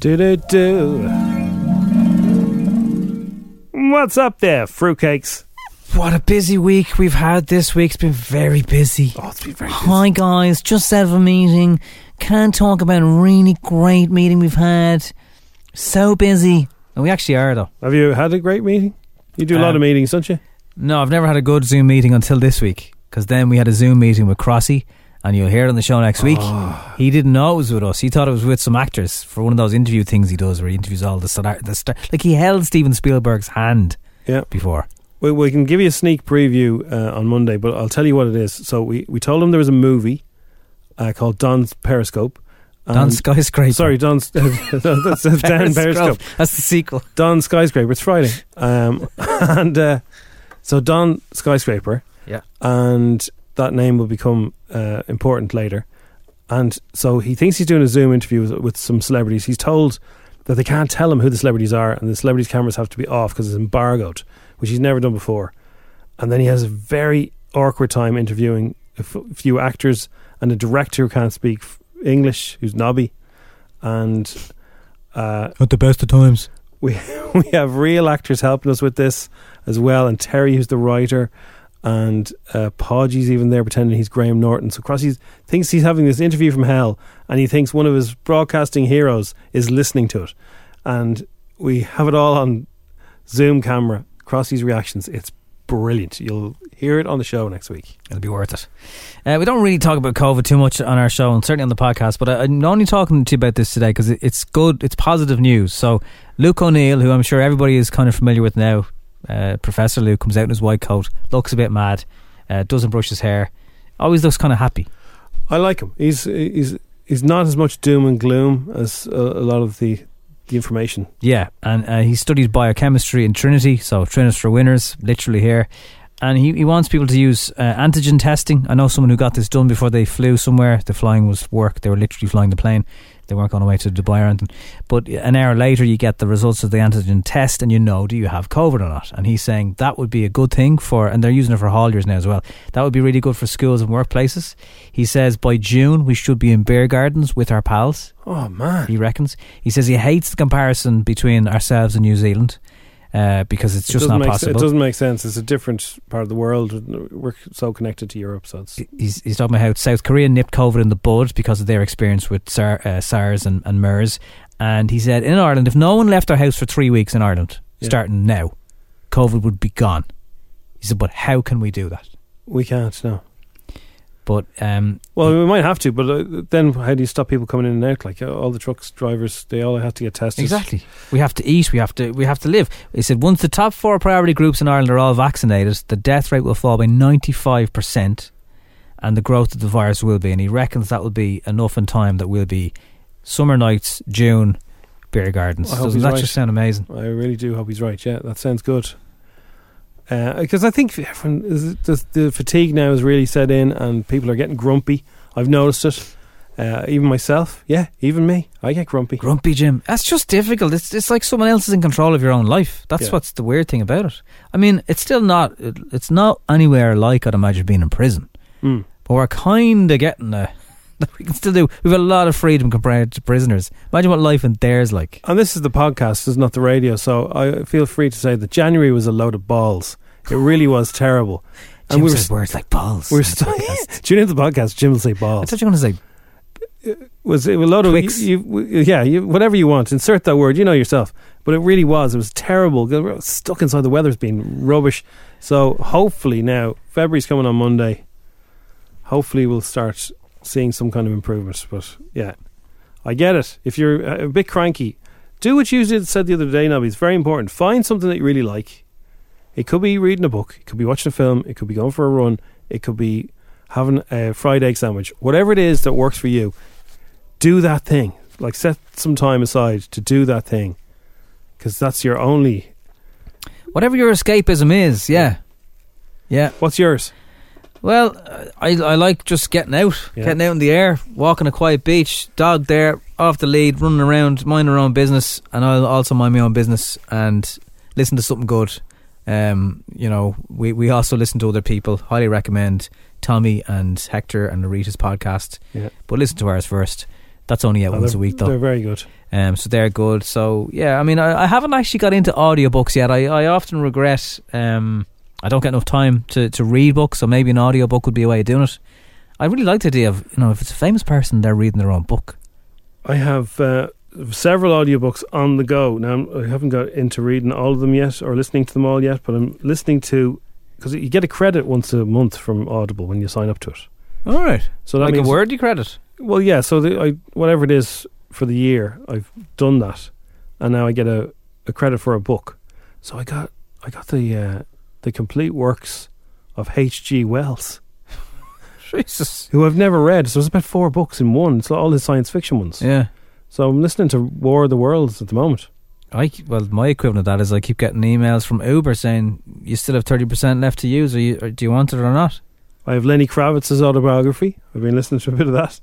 Do do do. What's up there, fruitcakes? What a busy week we've had this week's been very busy. Oh, it's been very Hi guys, just out of a meeting. Can't talk about a really great meeting we've had. So busy. And we actually are though. Have you had a great meeting? You do a lot Um, of meetings, don't you? No, I've never had a good Zoom meeting until this week. Because then we had a Zoom meeting with Crossy, and you'll hear it on the show next week. He didn't know it was with us. He thought it was with some actors for one of those interview things he does, where he interviews all the star. The star like he held Steven Spielberg's hand Yeah. before. We, we can give you a sneak preview uh, on Monday, but I'll tell you what it is. So we, we told him there was a movie uh, called Don's Periscope. and- Um, Don Skyscraper. Sorry, Don's that's, that's Dan Periscope. That's the sequel. Don Skyscraper. It's Friday, um, and uh, so Don Skyscraper. Yeah. and that name will become uh, important later. And so he thinks he's doing a Zoom interview with, with some celebrities. He's told that they can't tell him who the celebrities are, and the celebrities' cameras have to be off because it's embargoed, which he's never done before. And then he has a very awkward time interviewing a f- few actors and a director who can't speak f- English, who's knobby, and. Uh, At the best of times. we we have real actors helping us with this as well, and Terry, who's the writer, and uh, Podgy's even there pretending he's Graham Norton. So Crossy thinks he's having this interview from hell, and he thinks one of his broadcasting heroes is listening to it, and we have it all on Zoom camera. Crossy's reactions, it's brilliant. You'll hear it on the show next week. It'll be worth it. Uh, we don't really talk about COVID too much on our show, and certainly on the podcast. But I, I'm only talking to you about this today because it, it's good. It's positive news. So Luke O'Neill, who I'm sure everybody is kind of familiar with now, uh, Professor Luke comes out in his white coat, looks a bit mad, uh, doesn't brush his hair, always looks kind of happy. I like him. He's he's he's not as much doom and gloom as a, a lot of the the information. Yeah, and uh, he studied biochemistry in Trinity, so Trinity for winners, literally here. And he, he wants people to use uh, antigen testing. I know someone who got this done before they flew somewhere. The flying was work; they were literally flying the plane. They weren't going away to Dubai or anything. But an hour later, you get the results of the antigen test, and you know do you have COVID or not. And he's saying that would be a good thing for, and they're using it for hauliers now as well. That would be really good for schools and workplaces. He says by June we should be in beer gardens with our pals Oh man. he reckons. He says he hates the comparison between ourselves and New Zealand uh, because it's It just doesn't not make se- possible. it doesn't make sense. It's a different part of the world. We're so connected to Europe, so it's he's, he's talking about how South Korea nipped COVID in the bud because of their experience with SAR, uh, SARS and, and MERS. And he said, in Ireland, if no one left their house for three weeks in Ireland, Yeah. starting now, COVID would be gone. He said, but how can we do that? we can't no. But um, Well, we might have to, but uh, then how do you stop people coming in and out? Like uh, all the trucks drivers, they all have to get tested. Exactly. We have to eat. We have to. We have to live. He said once the top four priority groups in Ireland are all vaccinated, the death rate will fall by ninety five percent, and the growth of the virus will be. And he reckons that will be enough in time that we'll be summer nights, June, beer gardens. I hope Doesn't he's that right. just sound amazing? I really do hope he's right. Yeah, that sounds good. Because I think everyone is, the, the fatigue now is really set in, and people are getting grumpy. I've noticed it. Uh, even myself, yeah, even me, I get grumpy. Grumpy Jim. That's just difficult. It's it's like someone else is in control of your own life. That's Yeah. what's the weird thing about it. I mean, it's still not. It, it's not anywhere like I'd imagine being in prison. Mm. But we're kind of getting there. That we can still do. We've a lot of freedom compared to prisoners. Imagine what life in there's like. And this is the podcast, this is not the radio, so I feel free to say that January was a load of balls. It really was terrible. Jim we were, says words like balls. we were in the still, podcast. tune into the podcast, Jim will say I balls. thought you were going to say was it was a lot of Twix. you, you- yeah you, whatever you want insert that word you know yourself but it really was it was terrible They were stuck inside the weather's been rubbish so hopefully now February's coming on Monday hopefully we'll start seeing some kind of improvement but yeah I get it if you're uh, a a bit cranky do what you did, said the other day Nobby it's very important find something that you really like it could be reading a book it could be watching a film it could be going for a run it could be having a fried egg sandwich whatever it is that works for you do that thing. Like set some time aside to do that thing, because that's your only. Whatever your escapism is, yeah. Yeah. What's yours? Well, uh, I I like just getting out, Yeah. getting out in the air, walking a quiet beach, dog there, off the lead, running around, mind our own business, and I'll also mind my own business and listen to something good. Um, you know, we, we also listen to other people. Highly recommend Tommy and Hector and Narita's podcast, Yeah, but listen to ours first. That's only out Oh, once they're- a week They're though, very good. um, so they're good. So yeah, I mean, I, I haven't actually got into audiobooks yet. I I often regret. Um, I don't get enough time to, to read books, so maybe an audiobook would be a way of doing it. I really like the idea of, you know, if it's a famous person, they're reading their own book. I have uh, several audiobooks on the go now. I'm- I haven't got into reading all of them yet or listening to them all yet, but I'm listening to because you get a credit once a month from Audible when you sign up to it. All right. So that like means a word you credit. Well, yeah. So the, I, whatever it is for the year, I've done that, and now I get a, a credit for a book. So I got I got the uh, the complete works of H. G. Wells, Jesus. who I've never read. So it's about four books in one. It's all his science fiction ones. Yeah. So I'm listening to War of the Worlds at the moment. I, well, my equivalent of that is I keep getting emails from Uber saying, you still have 30% left to use, or, you, or do you want it or not? I have Lenny Kravitz's autobiography. I've been listening to a bit of that.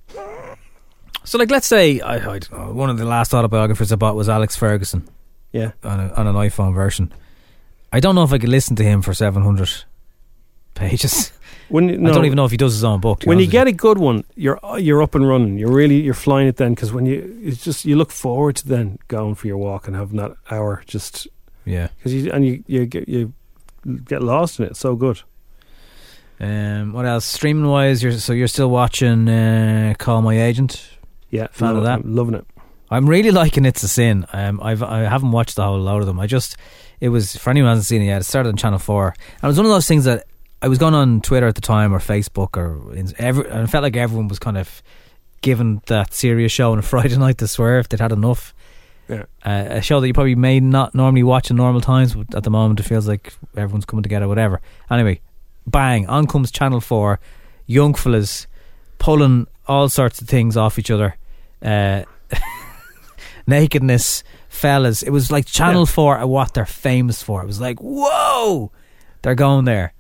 So, like, let's say, I, I don't know, one of the last autobiographies I bought was Alex Ferguson. Yeah. on, a, on an iPhone version. I don't know if I could listen to him for 700 pages. When you- no, I don't even know if he does his own book. to be When you honest with get a good one, you're you're up and running. You're really you're flying it then because when you it's just you look forward to then going for your walk and having that hour just yeah. because you and you you get you get lost in it. It's so good. Um, what else? Streaming wise, you're so you're still watching uh, Call My Agent. Yeah, Fan of that. I'm loving it. I'm really liking It's a Sin. Um, I've I haven't watched the whole lot of them. I just it was for anyone who hasn't seen it yet. It started on Channel Four, and it was one of those things that I was going on Twitter at the time or Facebook or in- every, and it felt like everyone was kind of given that serious show on a Friday night to swear if they'd had enough. Yeah. uh, a show that you probably may not normally watch in normal times, but at the moment it feels like everyone's coming together, whatever. Anyway, bang, on comes Channel 4, young fellas pulling all sorts of things off each other. Uh, nakedness, fellas. It was like Channel 4 are what they're famous for. It was like, whoa, they're going there.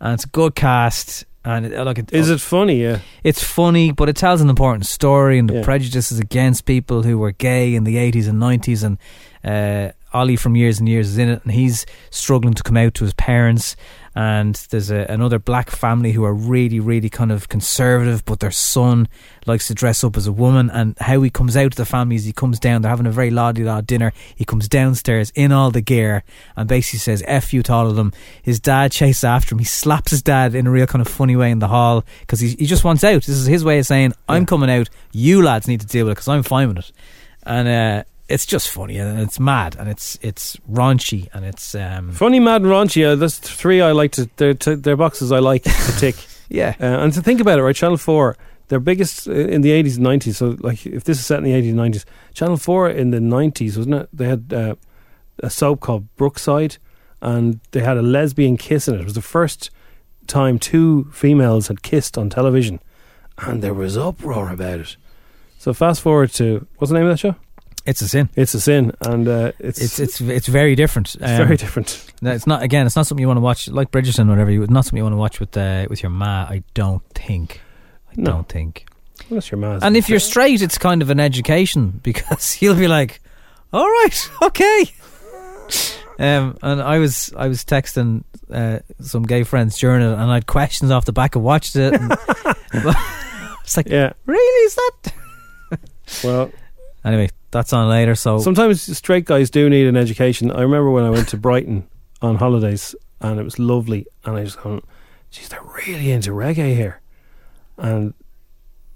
And it's a good cast. And it, look, it, Is it funny? Yeah, it's funny, but it tells an important story and the Yeah. prejudices against people who were gay in the 80s and 90s. And uh, Ollie from Years and Years is in it, and he's struggling to come out to his parents. And there's a, another black family who are really, really kind of conservative, but their son likes to dress up as a woman. And how he comes out to the family is he comes down, they're having a very lardy la dinner. He comes downstairs in all the gear and basically says, F you to all of them. His dad chases after him. He slaps his dad in a real kind of funny way in the hall because he, he just wants out. This is his way of saying, I'm coming out. You lads need to deal with it because I'm fine with it. And uh, it's just funny and it's mad and it's it's raunchy and it's. Um, funny, mad, and raunchy. Uh, that's three I like to. They're, t- they're boxes I like to tick. yeah. Uh, and to think about it, right? Channel Four, their biggest uh, in the eighties and nineties. So, like, if this is set in the eighties and nineties, Channel Four in the nineties wasn't it? They had uh, a soap called Brookside, and they had a lesbian kiss in it. It was the first time two females had kissed on television, and there was uproar about it. So, fast forward to what's the name of that show? It's a sin. It's a sin, and uh, it's It's um, it's it's very different. it's very different. No, it's not again. It's not something you want to watch like Bridgerton, or whatever. You, it's not something you want to watch with uh, with your ma. I don't think. I No. don't think. Unless you're mad, And if you're straight, it's kind of an education because you'll be like, "All right, okay." Um, and I was I was texting uh, some gay friends during it, and I had questions off the back of watched it. And it's like, yeah, really is that? well. Anyway, that's on later. So Sometimes straight guys do need an education. I remember when I went to Brighton on holidays and it was lovely, and I just gone, geez, they're really into reggae here. And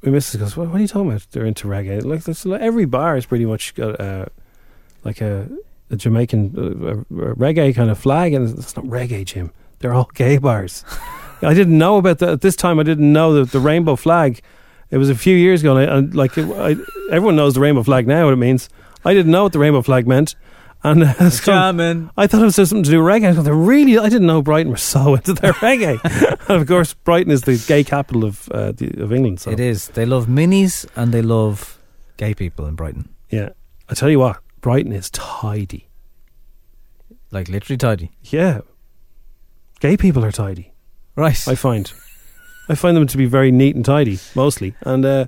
my missus goes, what, what are you talking about? They're into reggae. Like, that's, like every bar is pretty much got uh, like a, a Jamaican uh, a, a reggae kind of flag, and it's not reggae, Jim. They're all gay bars. I didn't know about that at this time. I didn't know that the rainbow flag. It was a few years ago, and, I, and like it, I, everyone knows the rainbow flag now, what it means. I didn't know what the rainbow flag meant, and uh, it's gone- Jamming. I thought it was just something to do with reggae. I thought, really, I didn't know Brighton were so into their reggae. and of course, Brighton is the gay capital of uh, the, of England. So It is. They love minis and they love gay people in Brighton. yeah, I tell you what, Brighton is tidy. Like literally tidy. Yeah, gay people are tidy. Right. I find, I find them to be very neat and tidy mostly. And uh,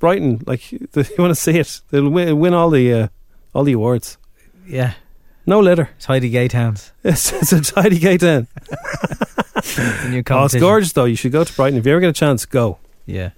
Brighton, like you want to see it, they'll win, win all the uh, all the awards. yeah. No litter. Tidy gay towns. It's, it's a tidy gay town. It's a new Oh, it's competition. gorgeous though. You should go to Brighton if you ever get a chance. Go. Yeah.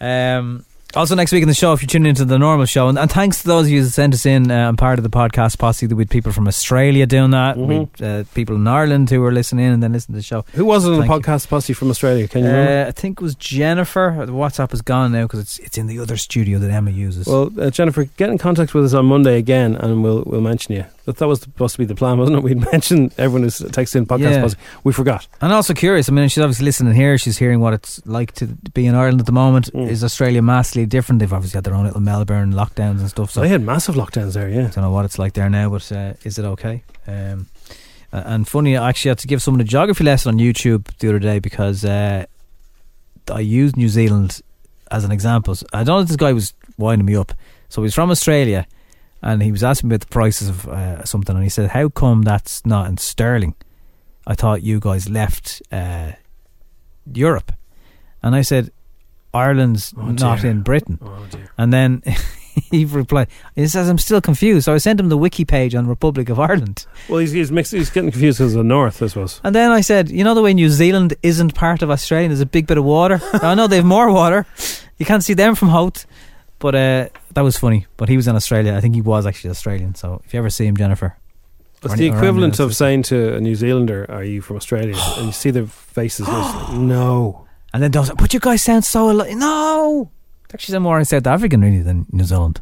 Um, also, next week in the show, if you tune into the normal show, and, and thanks to those of you that sent us in, uh, I'm part of the podcast posse. That we had people from Australia doing that, we had, uh, people in Ireland who were listening in and then listening to the show. Who was it on the Thank podcast posse from Australia? Can you remember? Uh, I think it was Jennifer. uh, The WhatsApp is gone now because it's it's in the other studio that Emma uses. Well, uh, Jennifer, get in contact with us on Monday again, and we'll we'll mention you. That that was supposed to be the plan, wasn't it? We'd mention everyone who's texted in podcast. Yeah. posse. We forgot. And also curious. I mean, she's obviously listening here. She's hearing what it's like to be in Ireland at the moment. Is Australia massively different? They've obviously had their own little Melbourne lockdowns and stuff. So So they had massive lockdowns there. Yeah, don't know what it's like there now, but uh, is it okay? Um, a- and funny, I actually had to give someone a geography lesson on YouTube the other day because uh, I used New Zealand as an example. So I don't know if this guy was winding me up. So he's from Australia and he was asking me about the prices of uh, something and he said, How come that's not in sterling? I thought you guys left uh, Europe. And I said, Ireland's Oh, not dear. in Britain. Oh dear. And then he replied, he says, I'm still confused. So I sent him the wiki page on Republic of Ireland. Well, he's he's, mixed, he's getting confused because of the north, I suppose. And then I said, you know the way New Zealand isn't part of Australia, there's a big bit of water. Now, I know they have more water. You can't see them from Hout. But uh, that was funny. But he was in Australia. I think he was actually Australian. So if you ever see him, Jennifer. It's Or the any- or equivalent anyone of else. saying to a New Zealander, "Are you from Australia?" and you see their faces. and it's like, no, And then Dawson, said, but you guys sound so alike. No! Actually, I'm more in South African, really, than New Zealand.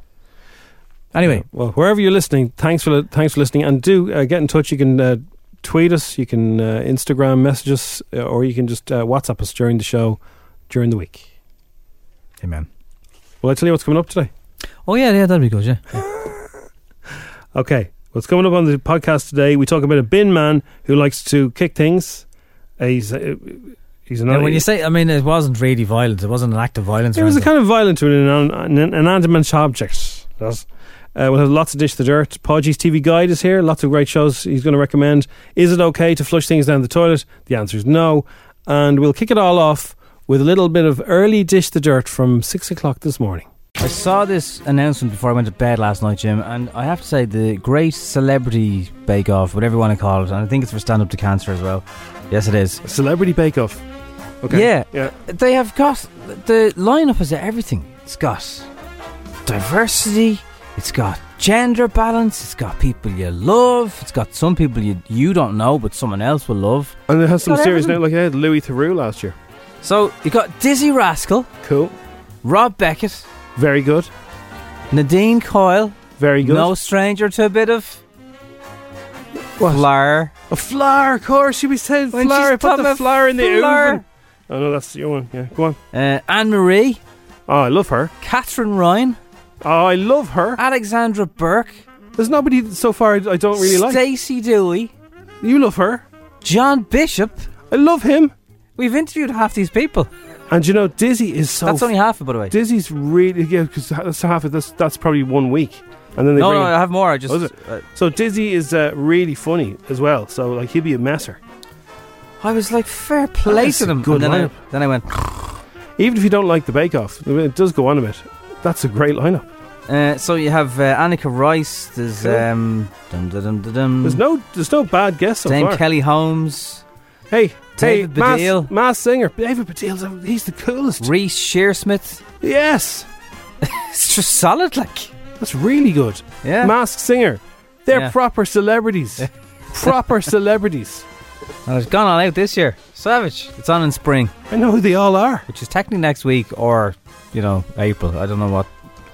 Anyway, Well, wherever you're listening, thanks for li- thanks for listening, and do uh, get in touch. You can uh, tweet us, you can uh, Instagram message us, uh, or you can just uh, WhatsApp us during the show, during the week. amen. Well, I tell you what's coming up today. Oh, yeah, yeah, that'd be good, yeah. Okay, what's coming up on the podcast today? We talk about a bin man who likes to kick things. Uh, he's uh, he's an And when you say, I mean, it wasn't really violence. It wasn't an act of violence. It or was a anything. kind of violent to an, an, an inanimate object. That's, uh, we'll have lots of Dish the Dirt. Podgy's TV Guide is here. Lots of great shows he's going to recommend. Is it okay to flush things down the toilet? The answer is no. And we'll kick it all off with a little bit of early Dish the Dirt from 6 o'clock this morning. I saw this announcement before I went to bed last night, Jim, and I have to say the great celebrity bake off, whatever you want to call it, and I think it's for stand up to cancer as well. Yes, it is. Celebrity Bake Off. Yeah. Yeah. They have got the lineup is everything. It's got diversity. It's got gender balance. It's got people you love. It's got some people you you don't know, but someone else will love. And it has some Got serious everything. like I had Louis Theroux last year. So you got Dizzy Rascal, Cool. Rob Beckett, Very good. Nadine Coyle, Very no stranger to a bit of What? Flower. A flower, of course. You be saying When flower. she's Put talking the about flower in the flower. oven. Oh, no, that's your one. Yeah, go on. Uh, Anne Marie, Oh, I love her. Catherine Ryan, Oh, I love her. Alexandra Burke, There's nobody so far I I don't really like. Stacey Dewey, You love her. John Bishop. I love him. We've interviewed half these people. And you know, Dizzy is so. That's only half, by the way. Dizzy's really yeah because that's half of this. That's probably one week, and then they No, bring. no, I him. have more. I just. Oh, is uh, So Dizzy is uh, really funny as well. So like he'd be a messer, I was like, fair play That's to a them. good and then, lineup. I, then I went. even if you don't like the Bake Off. I mean, It does go on a bit. That's a great lineup. Uh, so you have uh, Annika Rice. There's Cool. um, dum, dum, dum, dum, dum. There's no there's no bad guests so Dame far. Kelly Holmes, hey, David hey, Baddiel. mass, mass singer David Baddiel's a- he's the coolest. Reese Shearsmith. yes, It's just solid, like. that's really good. Yeah. Masked Singer. They're Eh. Yeah. proper celebrities. proper celebrities. And it's gone all out this year. Savage. It's on in spring, I know who they all are. which is technically next week or, you know, April. I don't know what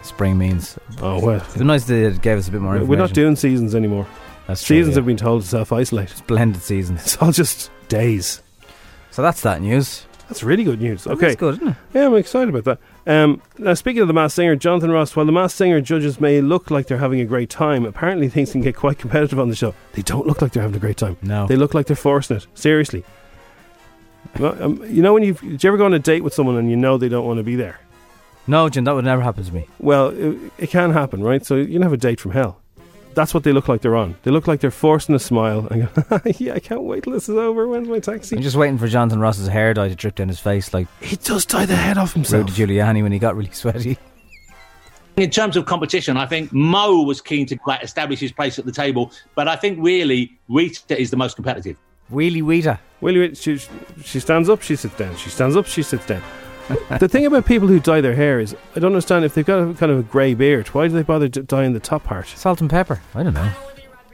spring means. Oh well, It's nice they gave us a bit more information. we're not doing seasons anymore. That's true, Seasons yeah. have been told to self-isolate. blended seasons. It's all just days. So that's that news. That's really good news. Okay, That's good, isn't it? Yeah, I'm excited about that. Um, now, speaking of the Masked Singer, Jonathan Ross, while the Masked Singer judges may look like they're having a great time, apparently things can get quite competitive on the show. They don't look like they're having a great time. No. They look like they're forcing it. Seriously. Well, um, you know when you've, did you ever go on a date with someone and you know they don't want to be there? No, Jim, that would never happen to me. Well, it, it can happen, right? So you can have a date from hell. That's what they look like they're on. They look like they're forcing a smile and go, yeah, I can't wait till this is over. When's my I'm taxi? just waiting for Jonathan Ross's hair dye to drip down his face like He does tie the head off himself. Rudy Giuliani when he got really sweaty. In terms of competition, I think Mo was keen to like, establish his place at the table, but I think really Rita is the most competitive. Wheelie Weeta. Willie, Whit- she, she stands up, she sits down. She stands up, she sits down. the thing about people who dye their hair is, I don't understand if they've got a kind of a grey beard, why do they bother d- dyeing the top part? Salt and pepper. I don't know.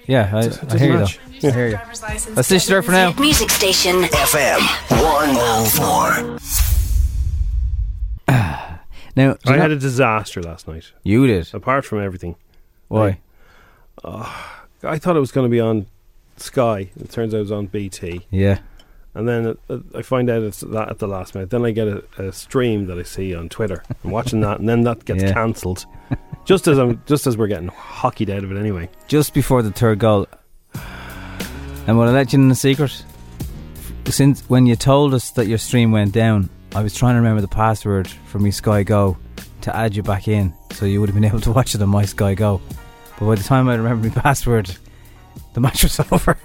Yeah, I, I doesn't hear you match. though. I hear you. That's this there for now. Music station. FM 104. Now, I had a disaster last night, you did. apart from everything. Why? I thought it was going to be on Sky. It turns out it was on BT. Yeah. And then uh, I find out it's that at the last minute. Then I get a, a stream that I see on Twitter. I'm watching that, and then that gets Yeah. cancelled. Just as I'm, just as we're getting hockeyed out of it anyway. Just before the third goal. And will I let you in a secret? Since when you told us that your stream went down, I was trying to remember the password from my Sky Go to add you back in so you would have been able to watch it on my Sky Go. But by the time I remembered my password, the match was over.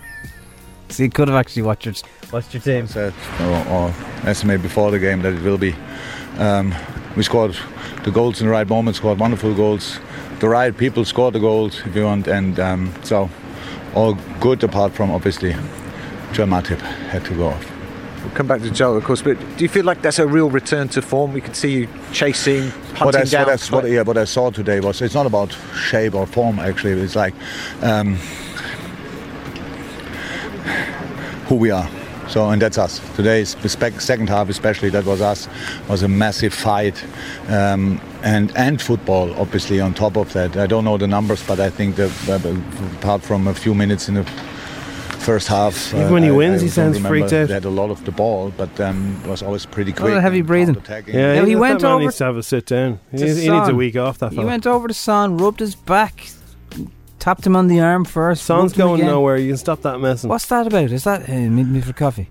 so you could have actually watched your, watched your team. said or, or estimate before the game that it will be. Um, we scored the goals in the right moment, scored wonderful goals. The right people scored the goals, if you want, and um, so all good apart from obviously Joe Matip had to go off. We'll come back to Joe, of course, but do you feel like that's a real return to form? We could see you chasing, hunting what I, down. what, I, what, yeah, what I saw today was it's not about shape or form actually it's like um, who we are so and that's us today's the spec- second half especially that was us was a massive fight um, and and football obviously on top of that I don't know the numbers but I think that uh, apart from a few minutes in the First half. uh, Even when he I- wins, I he don't sounds remember. freaked out. They had a lot of the ball, but um, was always pretty Not a quick. heavy and breathing. counter-attacking. Yeah, No, he that went man over- needs to have a sit down. He, to needs- he needs a Son. week off. That He fella. went over to Son, rubbed his back, tapped him on the arm first. Son's rubbed him going again. nowhere. You can stop that messing. What's that about? Is that uh, meet me for coffee?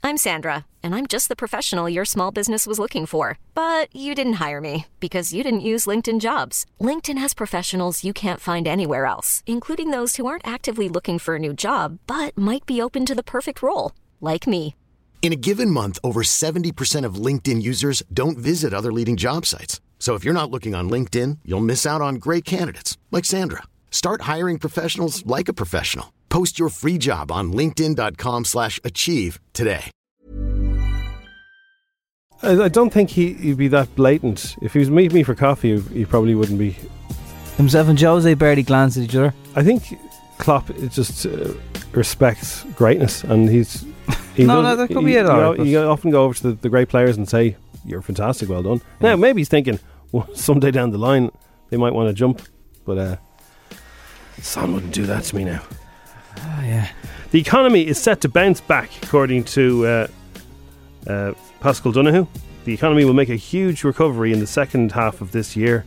I'm Sandra, and I'm just the professional your small business was looking for. But you didn't hire me because you didn't use LinkedIn jobs. LinkedIn has professionals you can't find anywhere else, including those who aren't actively looking for a new job but might be open to the perfect role, like me. In a given month, over 70% of LinkedIn users don't visit other leading job sites. So if you're not looking on LinkedIn, you'll miss out on great candidates like Sandra. Start hiring professionals like a professional. Post your free job on linkedin.com/achieve slash achieve today. I, I don't think he, he'd be that blatant. If he was meeting me for coffee, he, he probably wouldn't be. Himself and Jose barely glanced at each other. I think Klopp is just uh, respects greatness, and he's. He No, does- no, that could be you- it, You, alright, know, you often go over to the, the great players and say, "You're fantastic, well done." Mm. Now maybe he's thinking, well, someday down the line they might want to jump, but uh, Son wouldn't do that to me now. Oh, yeah. The economy is set to bounce back, according to uh, uh, Pascal Donahue. The economy will make a huge recovery in the second half of this year.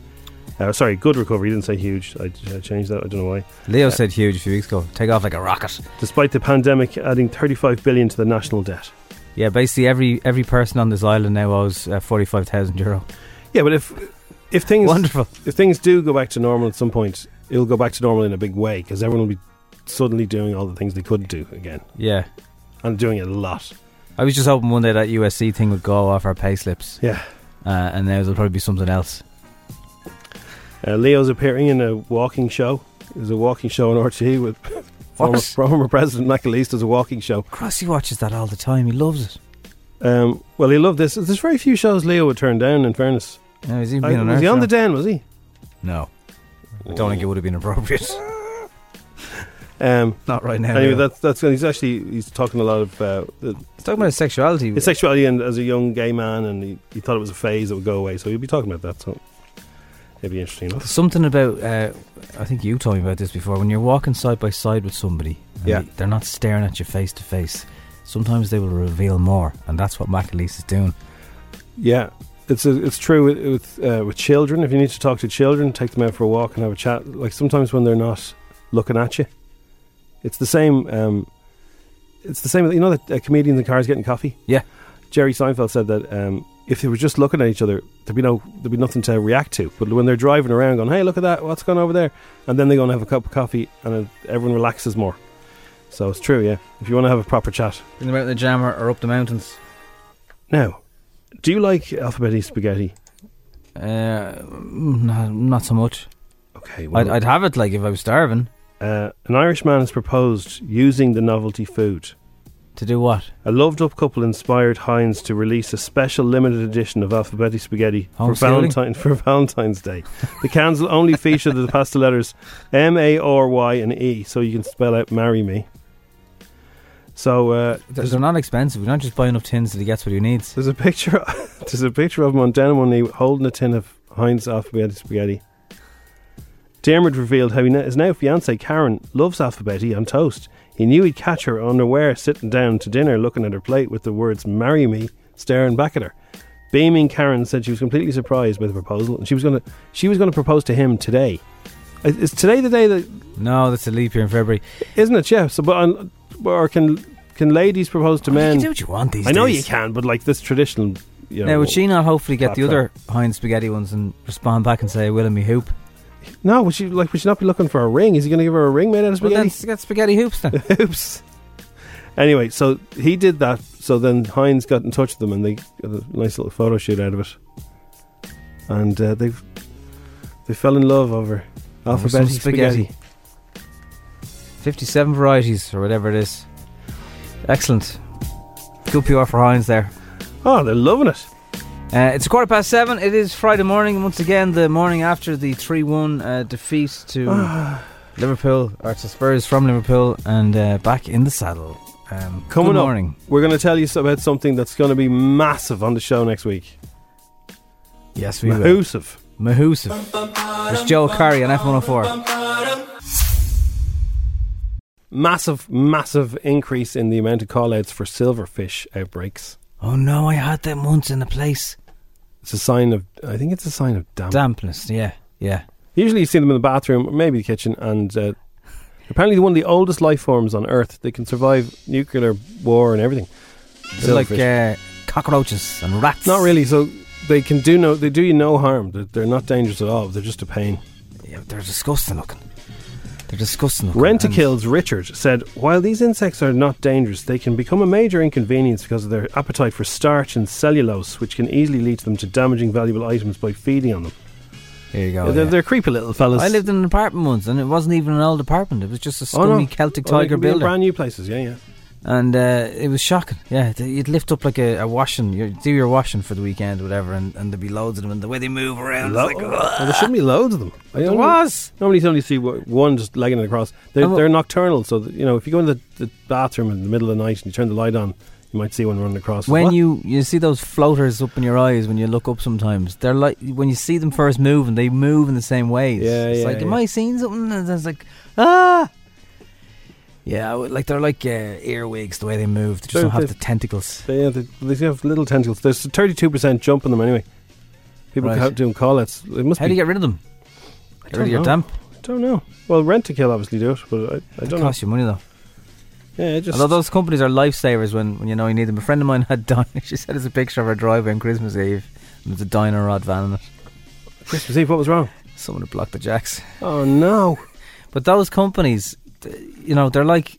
Uh, sorry, good recovery. He didn't say huge. I, I changed that. I don't know why. Leo said huge a few weeks ago. Take off like a rocket. Despite the pandemic adding 35 billion to the national debt. Yeah, basically every every person on this island now owes uh, forty five thousand euro. Yeah, but if if things Wonderful. if things do go back to normal at some point, it'll go back to normal in a big way because everyone will be suddenly doing all the things they could do again Yeah, and doing it a lot. I was just hoping one day that USC thing would go off our pay slips, Yeah. uh, and now there'll probably be something else. Uh, Leo's appearing in a walking show. There's a walking show on RTE with former, What? former President McAleese as a walking show. Crossy watches that all the time. He loves it. Um, well, he loved this. There's very few shows Leo would turn down, in fairness. No, he's even I- been on Uh, was he Earth on now. the den, was he? No, I don't think it would have been appropriate. Um, Not right now. anyway, though. that's that's he's actually he's talking a lot of uh, the, He's talking about his sexuality. his sexuality and as a young gay man, and he, he thought it was a phase that would go away. So he'll be talking about that. So it'd be interesting. Enough. Something about uh, I think you told me about this before. When you're walking side by side with somebody, and Yeah. they- they're not staring at you face to face. Sometimes they will reveal more, and that's what McAleese is doing. Yeah, it's it's true with with, uh, with children. If you need to talk to children, take them out for a walk and have a chat. Like sometimes when they're not looking at you, it's the same. Um, it's the same. You know that uh, comedians in cars getting coffee. Yeah. Jerry Seinfeld said that um, if they were just looking at each other, there'd be no there'd be nothing to react to. But when they're driving around, going, "Hey, look at that! What's going on over there?" and then they go and have a cup of coffee, and uh, everyone relaxes more. So it's true, yeah. If you want to have a proper chat, In the mountain jammer or up the mountains. now, do you like alphabet spaghetti? Uh, not, not so much. Okay, I'd, I'd have it like if I was starving. Uh, an Irish man has proposed using the novelty food. To do what? A loved up couple inspired Heinz to release a special limited edition of Alphabetti Spaghetti for, Home stealing? Valentine, for Valentine's Day. The cans will only feature the pasta letters M, A, R, Y, and E, so you can spell out marry me. So uh, They're, they're not expensive. You're not just buying up tins that he gets what he needs. there's a picture there's a picture of him on down on one knee holding a tin of Heinz Alphabetti Spaghetti. Dermot revealed how he, na- his now fiancée Karen loves Alphabetti on toast. He knew he'd catch her unaware sitting down to dinner looking at her plate with the words marry me staring back at her. Beaming Karen said she was completely surprised by the proposal and she was going to she was going to propose to him today. Is is today the day that No, that's a leap year in February. isn't it? Yeah. So but on, or can can ladies propose to Oh, You men? can do what you want these I know days. you can, but like this traditional you know, Now, would she not hopefully get the Clap, other Heinz spaghetti ones and respond back and say, "Will and me hoop"? No, would she like? Would she not be looking for a ring? Is he going to give her a ring made out of Well, spaghetti? then s- get spaghetti hoops then. Oops. Anyway, so he did that. So then Heinz got in touch with them, and they got a nice little photo shoot out of it. And uh, they they fell in love over Over alphabet some spaghetti. spaghetti. Fifty-seven varieties or whatever it is. Excellent. Good PR for Heinz there. Oh, they're loving it. Uh, it's a quarter past seven. It is Friday morning. Once again, the morning after the three-one uh, defeat to Liverpool or to Spurs from Liverpool, and uh, back in the saddle. Um, Coming good up. morning. We're going to tell you so- about something that's going to be massive on the show next week. Yes, we will. Massive. Mahusif. It's Joe Curry on F104. Massive, massive increase in the amount of call-outs for silverfish outbreaks. Oh no, I had them once in a place. It's a sign of, I think it's a sign of damage. Dampness, yeah, yeah. Usually you see them in the bathroom, or maybe the kitchen, and uh, apparently they're one of the oldest life forms on Earth. They can survive nuclear war and everything. They're like Silverfish. uh, cockroaches and rats. Not really. So they can do no, they do you no harm. They're, they're not dangerous at all. They're just a pain. Yeah, they're disgusting looking. They're disgusting looking. Rent a And Kills Richard said, While these insects are not dangerous, they can become a major inconvenience because of their appetite for starch and cellulose, which can easily lead them to damaging valuable items by feeding on them. Here you go. they're, Oh, yeah. they're creepy little fellas. I lived in an apartment once, and it wasn't even an old apartment. It was just a Oh, no. scummy Celtic Oh, they tiger can be in building, Brand new places, yeah, yeah. and uh, it was shocking. Yeah, th- you'd lift up like a, a washing, you do your washing for the weekend, or whatever, and, and there'd be loads of them, and the way they move around, Lo- it's like, well, there shouldn't be loads of them. I There only- was. Normally, you only see w- one just legging it across. They're, Oh, well- they're nocturnal, so that, you know if you go in the, the bathroom in the middle of the night and you turn the light on, you might see one running across. when What? you you see those floaters up in your eyes when you look up sometimes they're like when you see them first moving they move in the same ways Yeah, it's yeah, like am yeah. i seeing something and it's like ah yeah I would- like they're like uh, earwigs the way they move they just They're- don't have they're- the tentacles they, have- they have little tentacles. There's thirty two percent jump on them anyway. People Right. have doing call outs. It must how be. do you get rid of them get rid of your know. damp I don't know. Well, rent to kill obviously do it, but I, I it don't know. costs you money though Yeah, it just although those companies are lifesavers when, when you know you need them a friend of mine had diner she said it's a picture of her driveway on Christmas Eve and there's a diner rod van in it Christmas Eve. What was wrong? someone had blocked the jacks Oh no! But those companies, th- you know, they're like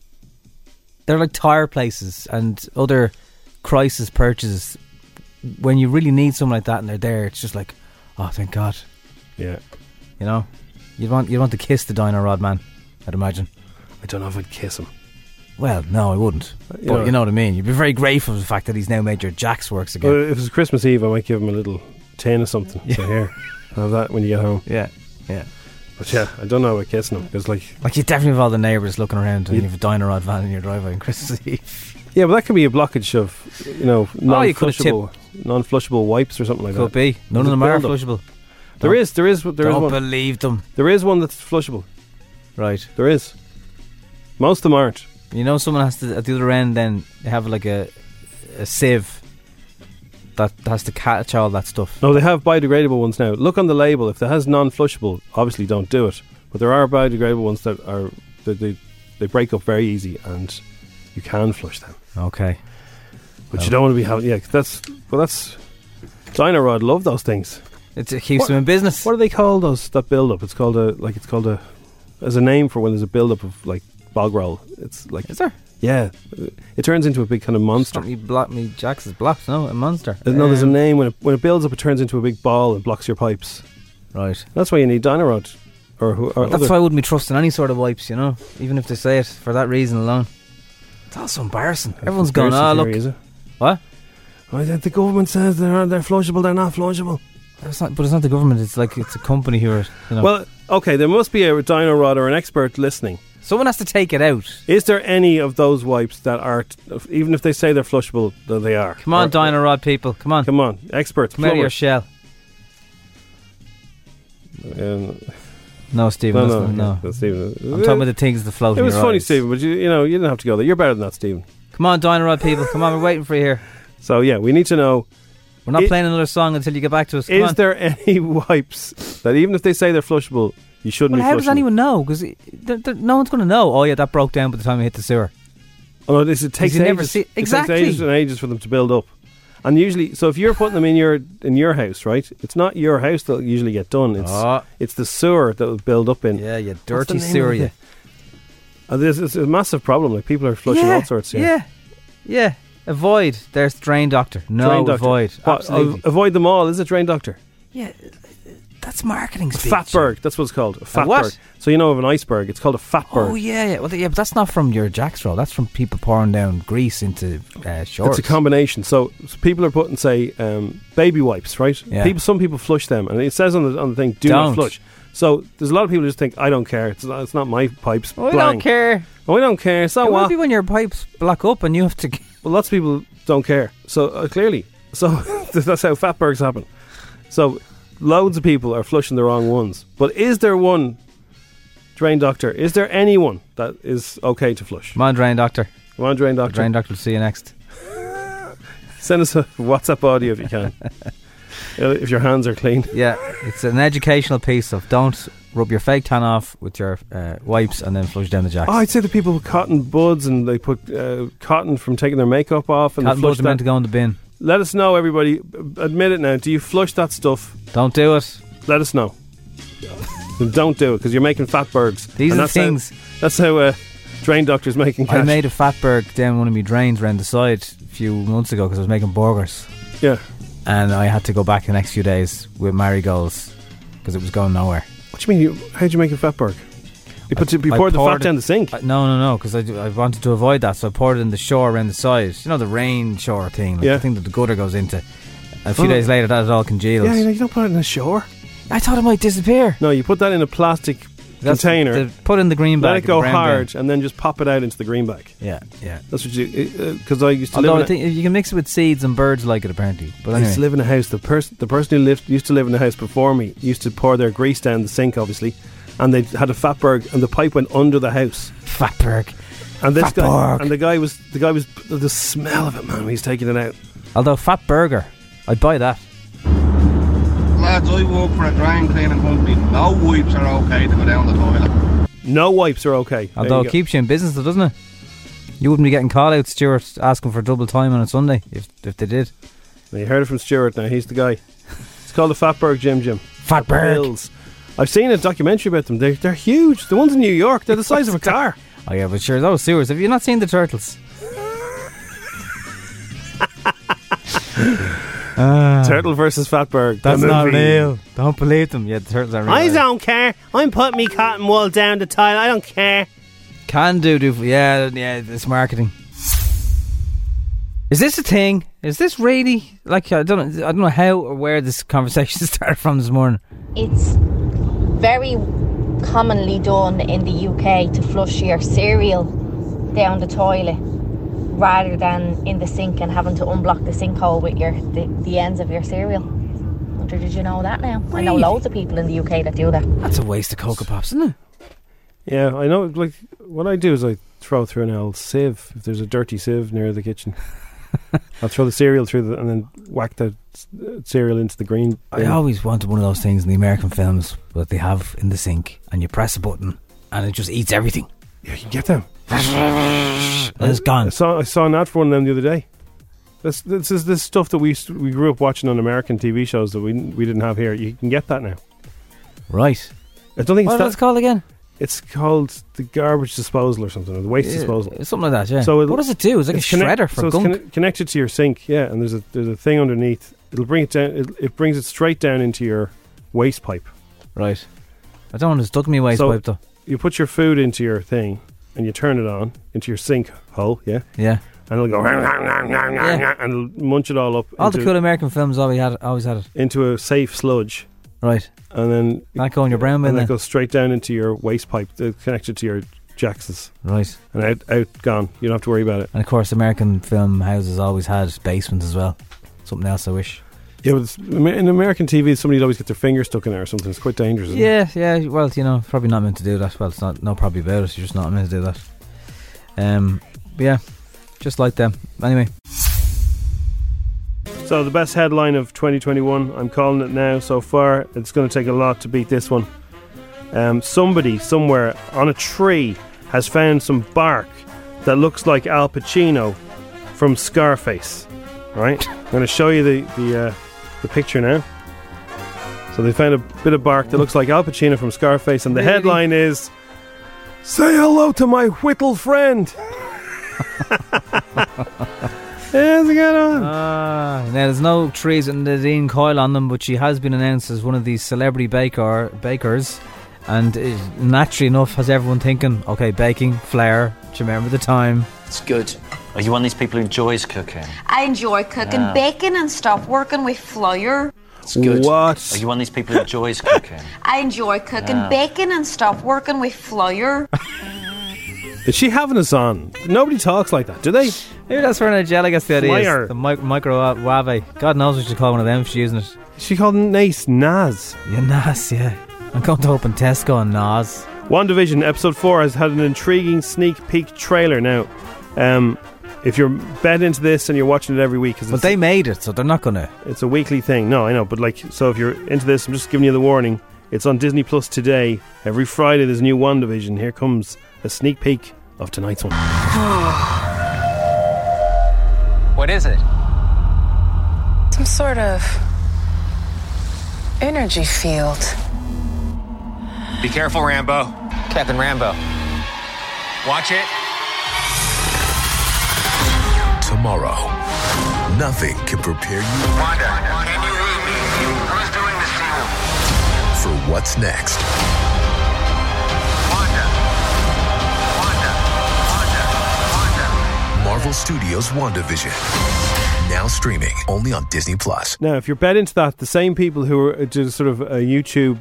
they're like tire places and other crisis purchases. When you really need someone like that and they're there, it's just like, oh, thank God, Yeah, you know. You want you want to kiss the dino rod man, I'd imagine. I don't know if I'd kiss him. Well, no, I wouldn't. You but know- you know what I mean. You'd be very grateful for the fact that he's now made your jacks works again. Well, if it's Christmas Eve, I might give him a little tin or something. So here, have that when you get home. yeah, yeah. But yeah, I don't know about kissing him because, like, Like you definitely have all the neighbours looking around, and you have a diner rod van in your driveway on Christmas Eve. yeah, but that could be a blockage of, you know, Oh, you could've non-flushable, non-flushable wipes or something like Could that. be. None There's of them a are build-up. flushable. There is, there is, there is Don't one. believe them. There is one that's flushable. Right. There is. Most of them aren't. You know, someone has to at the other end. Then they have like a a sieve that has to catch all that stuff. No, they have biodegradable ones now. Look on the label. If it has non-flushable, obviously don't do it. But there are biodegradable ones that are that they they break up very easy and you can flush them. Okay. But Oh. you don't want to be having yeah. 'cause That's well, that's Dino Rod love those things. It's, it keeps What- them in business. What do they call those? That build up. It's called a like it's called a as a name for when there's a build up of like bog roll. It's like Is there? yeah, it turns into a big kind of monster. Stop me, block me. Jax is blocked. No, a monster. Uh, No, there's a Um, name when it, when it builds up, it turns into a big ball and blocks your pipes. Right. That's why you need Dynarod. Or, who- or That's other- why I wouldn't be trusting any sort of wipes, you know, even if they say it for that reason alone. It's also embarrassing. Everyone's going, Uh, Conspiracy ah, theory, look. is it? What? Oh, the the government says they're they're flushable. They're not flushable. It's not, but it's not the government, it's like it's a company who are, you know. Well, okay, there must be a Dino Rod or an expert listening. someone has to take it out. Is there any of those wipes that are, even if they say they're flushable, that they are? Come on, Or- Dino Rod people. Come on. Come on, experts, Come out of your plumbers. shell. Um, No, no, Stephen. that's no, not- no. that's Stephen. I'm talking about the things that float It in was your funny, eyes. Stephen, but you, you know you didn't have to go there. You're better than that, Stephen. Come on, Dino Rod people. Come on, we're waiting for you here. So yeah, we need to know We're not It- playing another song until you get back to us. Come Is on. there any wipes that even if they say they're flushable, you shouldn't well, be how flushing? does anyone know? Because no one's going to know. Oh, yeah, that broke down by the time I hit the sewer. Oh, no, this it takes you ages. never see- It takes Exactly. ages and ages for them to build up. And usually, so if you're putting them in your in your house, right? It's not your house that'll usually get done. It's Ah. it's the sewer that will build up in. Yeah, you What's the dirty name of sewer. it? you. And this is a massive problem. Like people are flushing yeah, all sorts. Yeah. yeah, Avoid. There's drain doctor. No, Drain doctor. avoid. What, uh, Absolutely. a- avoid them all. Is it drain doctor? yeah, that's marketing speech. Fatberg. That's what it's called. A fatberg. what? So you know of an iceberg. It's called a fatberg. Oh yeah, yeah. Well, yeah, but that's not from your Jack's roll. That's from people pouring down grease into uh, shorts. It's a combination. So, so people are putting, say, um, baby wipes, right? Yeah. People, some people flush them, and it says on the on the thing, "Do Don't. not flush." So there's a lot of people who just think, "I don't care. It's not, it's not my pipes." Oh, I Blang. don't care. Oh, I don't care. So It will what? be when your pipes block up and you have to. g- Well, lots of people don't care. So uh, clearly, so that's how fatbergs happen. So loads of people are flushing the wrong ones. But is there one? Drain doctor. Is there anyone that is okay to flush? Come on, drain doctor. Come on, drain The doctor. drain doctor will see you next. Send us a WhatsApp audio if you can. Uh, if your hands are clean. Yeah, it's an educational piece of don't rub your fake tan off with your uh, wipes and then flush down the Jack's. Oh, I'd say the people with cotton buds and they put uh, cotton from taking their makeup off and they Cotton flush buds are meant to that. go in the bin. Let us know, everybody. B- Admit it now. Do you flush that stuff? Don't do it. Let us know. And Don't do it because you're making fat birds. These and are the that's how- things. that's how uh, drain doctors making cash. I made a fatberg down one of my drains round the side a few months ago because I was making burgers, yeah. and I had to go back the next few days with marigolds because it was going nowhere. What do you mean? You, how do you make a fat bird? You, put, you I poured the poured fat it- down the sink. I, no, no, no, because I, do- I wanted to avoid that, so I poured it in the shore around the side. You know the rain shore thing, like Yeah. the thing that the gutter goes into. A few Oh. days later, that had all congeals. yeah, you, know, you don't put it in the shower. I thought it might disappear. No, you put that in a plastic container. the- put in the green bag. let it the go brown hard, bag. and then just pop it out into the green bag. Yeah, yeah. That's what you do. Because I used to Although live. in I a- think if you can mix it with seeds and birds like it apparently. But I used to anyway, live in a house. The person, the person who lived, used to live in the house before me, used to pour their grease down the sink, obviously, and they had a fatberg, and the pipe went under the house. fatberg. And this guy, Fatberg. and the guy was, the guy was, the smell of it, man. when He's taking it out. Although fat burger, I'd buy that. Lads, I work for a drain cleaning company. No wipes are okay to go down the toilet. No wipes are okay. There Although you it go. keeps you in business, though, doesn't it? You wouldn't be getting call out, Stuart, asking for double time on a Sunday if if they did. Now, you heard it from Stuart. Now he's the guy. It's called a fatberg, Jim Jim. Fatberg. Bills. I've seen a documentary about them. They're, they're huge. The ones in New York, they're the size of a car. Oh yeah, but sure, those sewers. Have you not seen the turtles? Uh, Turtle versus fatberg. The movie. Don't believe them. Yeah, the turtles aren't real. I don't care. I'm putting me cotton wool down the tile. I don't care. Can do, do. Yeah, yeah, it's marketing. Is this a thing? Is this really like I don't know, I don't know how or where this conversation started from this morning. It's very commonly done in the UK to flush your cereal down the toilet rather than in the sink and having to unblock the sinkhole with your the, the ends of your cereal. Wonder did you know that now? I know Really? loads of people in the UK that do that. That's a waste of Cocoa Pops, isn't it? Yeah, I know. Like what I do is I throw through an old sieve if there's a dirty sieve near the kitchen. I'll throw the cereal through the, and then whack the s- uh, cereal into the green. I always wanted one of those things in the American films that they have in the sink, and you press a button, and it just eats everything. You can get them. And it's gone. I saw I saw an ad for one of them the other day. This this is this stuff that we used to- we grew up watching on American TV shows that we didn't- we didn't have here. You can get that now. Right. I don't think What it's that, was it called again? It's called the garbage disposal or something, or the waste Yeah, disposal, something like that, yeah. What does it do? It's like a connect- shredder for so gunk. It's conne- connected to your sink, yeah. And there's a there's a thing underneath. It'll bring it down. It, it brings it straight down into your waste pipe. Right. I don't want to stuck me waste So pipe though. You put your food into your thing, and you turn it on into your sink hole, yeah. Yeah. And it'll go Yeah. and it'll munch it all up. All the into- cool American films always had always had it. into a safe sludge. Right. And then that go in your brown bin And that then? goes straight down into your waste pipe that's connected to your jaxes. Right. And out out gone. You don't have to worry about it. And of course, American film houses always had basements as well. Something else I wish. Yeah, but it's, in American TV, somebody'd always get their finger stuck in there or something. It's quite dangerous. Isn't Yeah, yeah. Well, you know, probably not meant to do that. Well, it's not no probably about it. You're just not meant to do that. Um, but yeah, just like them. Anyway, It? So the best headline of 2021, I'm calling it now. So far, it's going to take a lot to beat this one. Um, somebody somewhere on a tree has found some bark that looks like Al Pacino from Scarface. Right, I'm going to show you the the uh, the picture now. So they found a bit of bark that looks like Al Pacino from Scarface, and the Really? headline is "Say hello to my whittle friend." There's a good one. Ah, now there's no trees and Nadine Coyle on them, but she has been announced as one of these celebrity baker bakers, and it, naturally enough, has everyone thinking, okay, baking, flair. Do you remember the time? It's good. Are you one of these people who enjoys cooking? I enjoy cooking, Yeah. baking, and stop working with Flyer. It's good. What? Are you one of these people who enjoys cooking? I enjoy cooking, Yeah. baking, and stop working with Flyer. Is she having us on? Nobody talks like that, do they? Maybe that's where Nigella gets the idea. Flyer. is The mic- microwave. God knows what she called one of them if she's using it. She called Nace Naz. Yeah, Naz, yeah. I'm going to open Tesco and Naz. One Division Episode Four has had an intriguing sneak peek trailer. Now, um, if you're bet into this and you're watching it every week, but they made it, so they're not gonna. It's a weekly thing. No, I know, but like, so if you're into this, I'm just giving you the warning. It's on Disney Plus today. Every Friday, there's a new One Division. Here comes a sneak peek of tonight's one. what is it? Some sort of energy field. Be careful, Rambo. Captain Rambo. Watch it. Tomorrow, nothing can prepare you for what's next. Marvel Studios WandaVision. Now streaming only on Disney Plus. Now, if you're bet into that, the same people who are, uh, did sort of a YouTube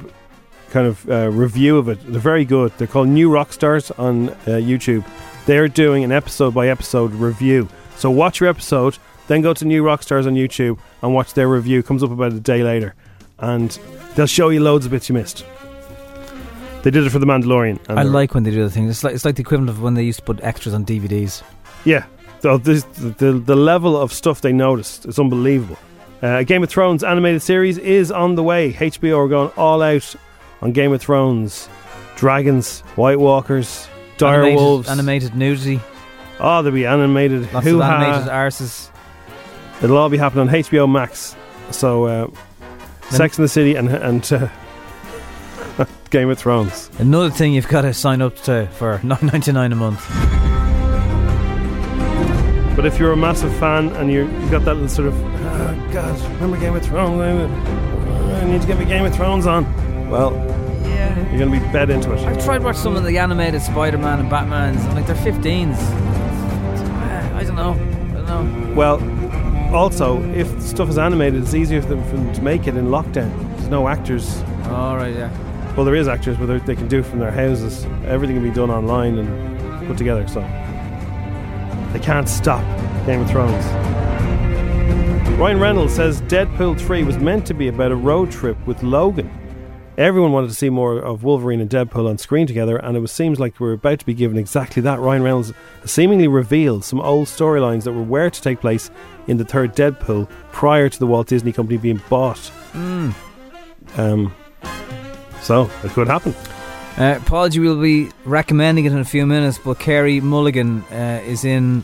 kind of uh, review of it, they're very good. They're called New Rockstars on uh, YouTube. They're doing an episode by episode review. So watch your episode, then go to New Rockstars on YouTube and watch their review. Comes up about a day later, and they'll show you loads of bits you missed. They did it for The Mandalorian. And I they're- like when they do the things. It's like, it's like the equivalent of when they used to put extras on DVDs. Yeah, the, the, the, the level of stuff they noticed is unbelievable. Uh, Game of Thrones animated series is on the way. HBO are going all out on Game of Thrones. Dragons, White Walkers, Animated- direwolves. Animated nudity. Oh, there'll be animated. Lots hoo-ha. of animated arses. It'll all be happening on HBO Max. So, uh, Sex in the City and, and uh, Game of Thrones. Another thing you've got to sign up to for nine ninety nine a month. But if you're a massive fan and you're, you've got that little sort of, oh, God, remember Game of Thrones? I I need to get my Game of Thrones on. Well, you're going to be bet into it. I've tried watch some of the animated Spider Man and Batmans, and like they're 15s. I don't know. I don't know. Well, also, if stuff is animated, it's easier for them, for them to make it in lockdown. There's no actors. All right, yeah. Well, there is actors, but they're- they can do it from their houses. Everything can be done online and put together. So they can't stop Game of Thrones. Ryan Reynolds says Deadpool 3 was meant to be about a road trip with Logan. Everyone wanted to see more of Wolverine and Deadpool on screen together, and it was, seems like we're about to be given exactly that. Ryan Reynolds has seemingly revealed some old storylines that were where to take place in the third Deadpool prior to the Walt Disney Company being bought. Mm. Um, so, it could happen. Uh, apology, we'll be recommending it in a few minutes, but Carrie Mulligan uh, is in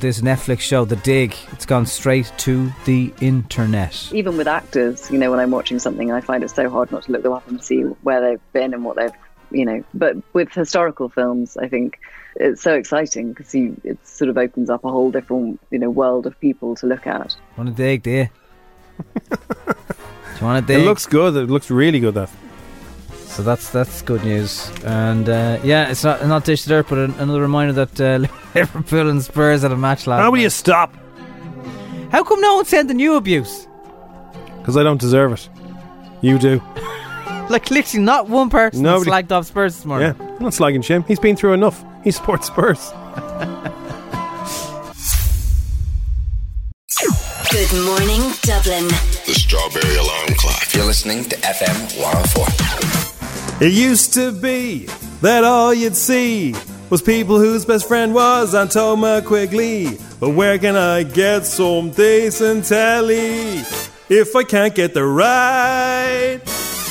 this Netflix show, The Dig. It's gone straight to the internet. Even with actors, you know, when I'm watching something, I find it so hard not to look them up and see where they've been and what they've, you know. But with historical films, I think it's so exciting because it sort of opens up a whole different, you know, world of people to look at. Want to dig, dear? Do you want to It dig? looks good. It looks really good. That. So that's that's good news, and uh, yeah, it's not not dish to dirt, but an, another reminder that uh, Liverpool and Spurs had a match last. How will you stop? How come no one sent the new abuse? Because I don't deserve it. You do. Like literally, not one person Nobody- slagged off Spurs this morning. Yeah, I'm not slagging Jim. He's been through enough. He supports Spurs. Good morning, Dublin. The Strawberry Alarm Clock. You're listening to FM 104. It used to be that all you'd see was people whose best friend was Antoma Quigley. But where can I get some decent telly if I can't get the right?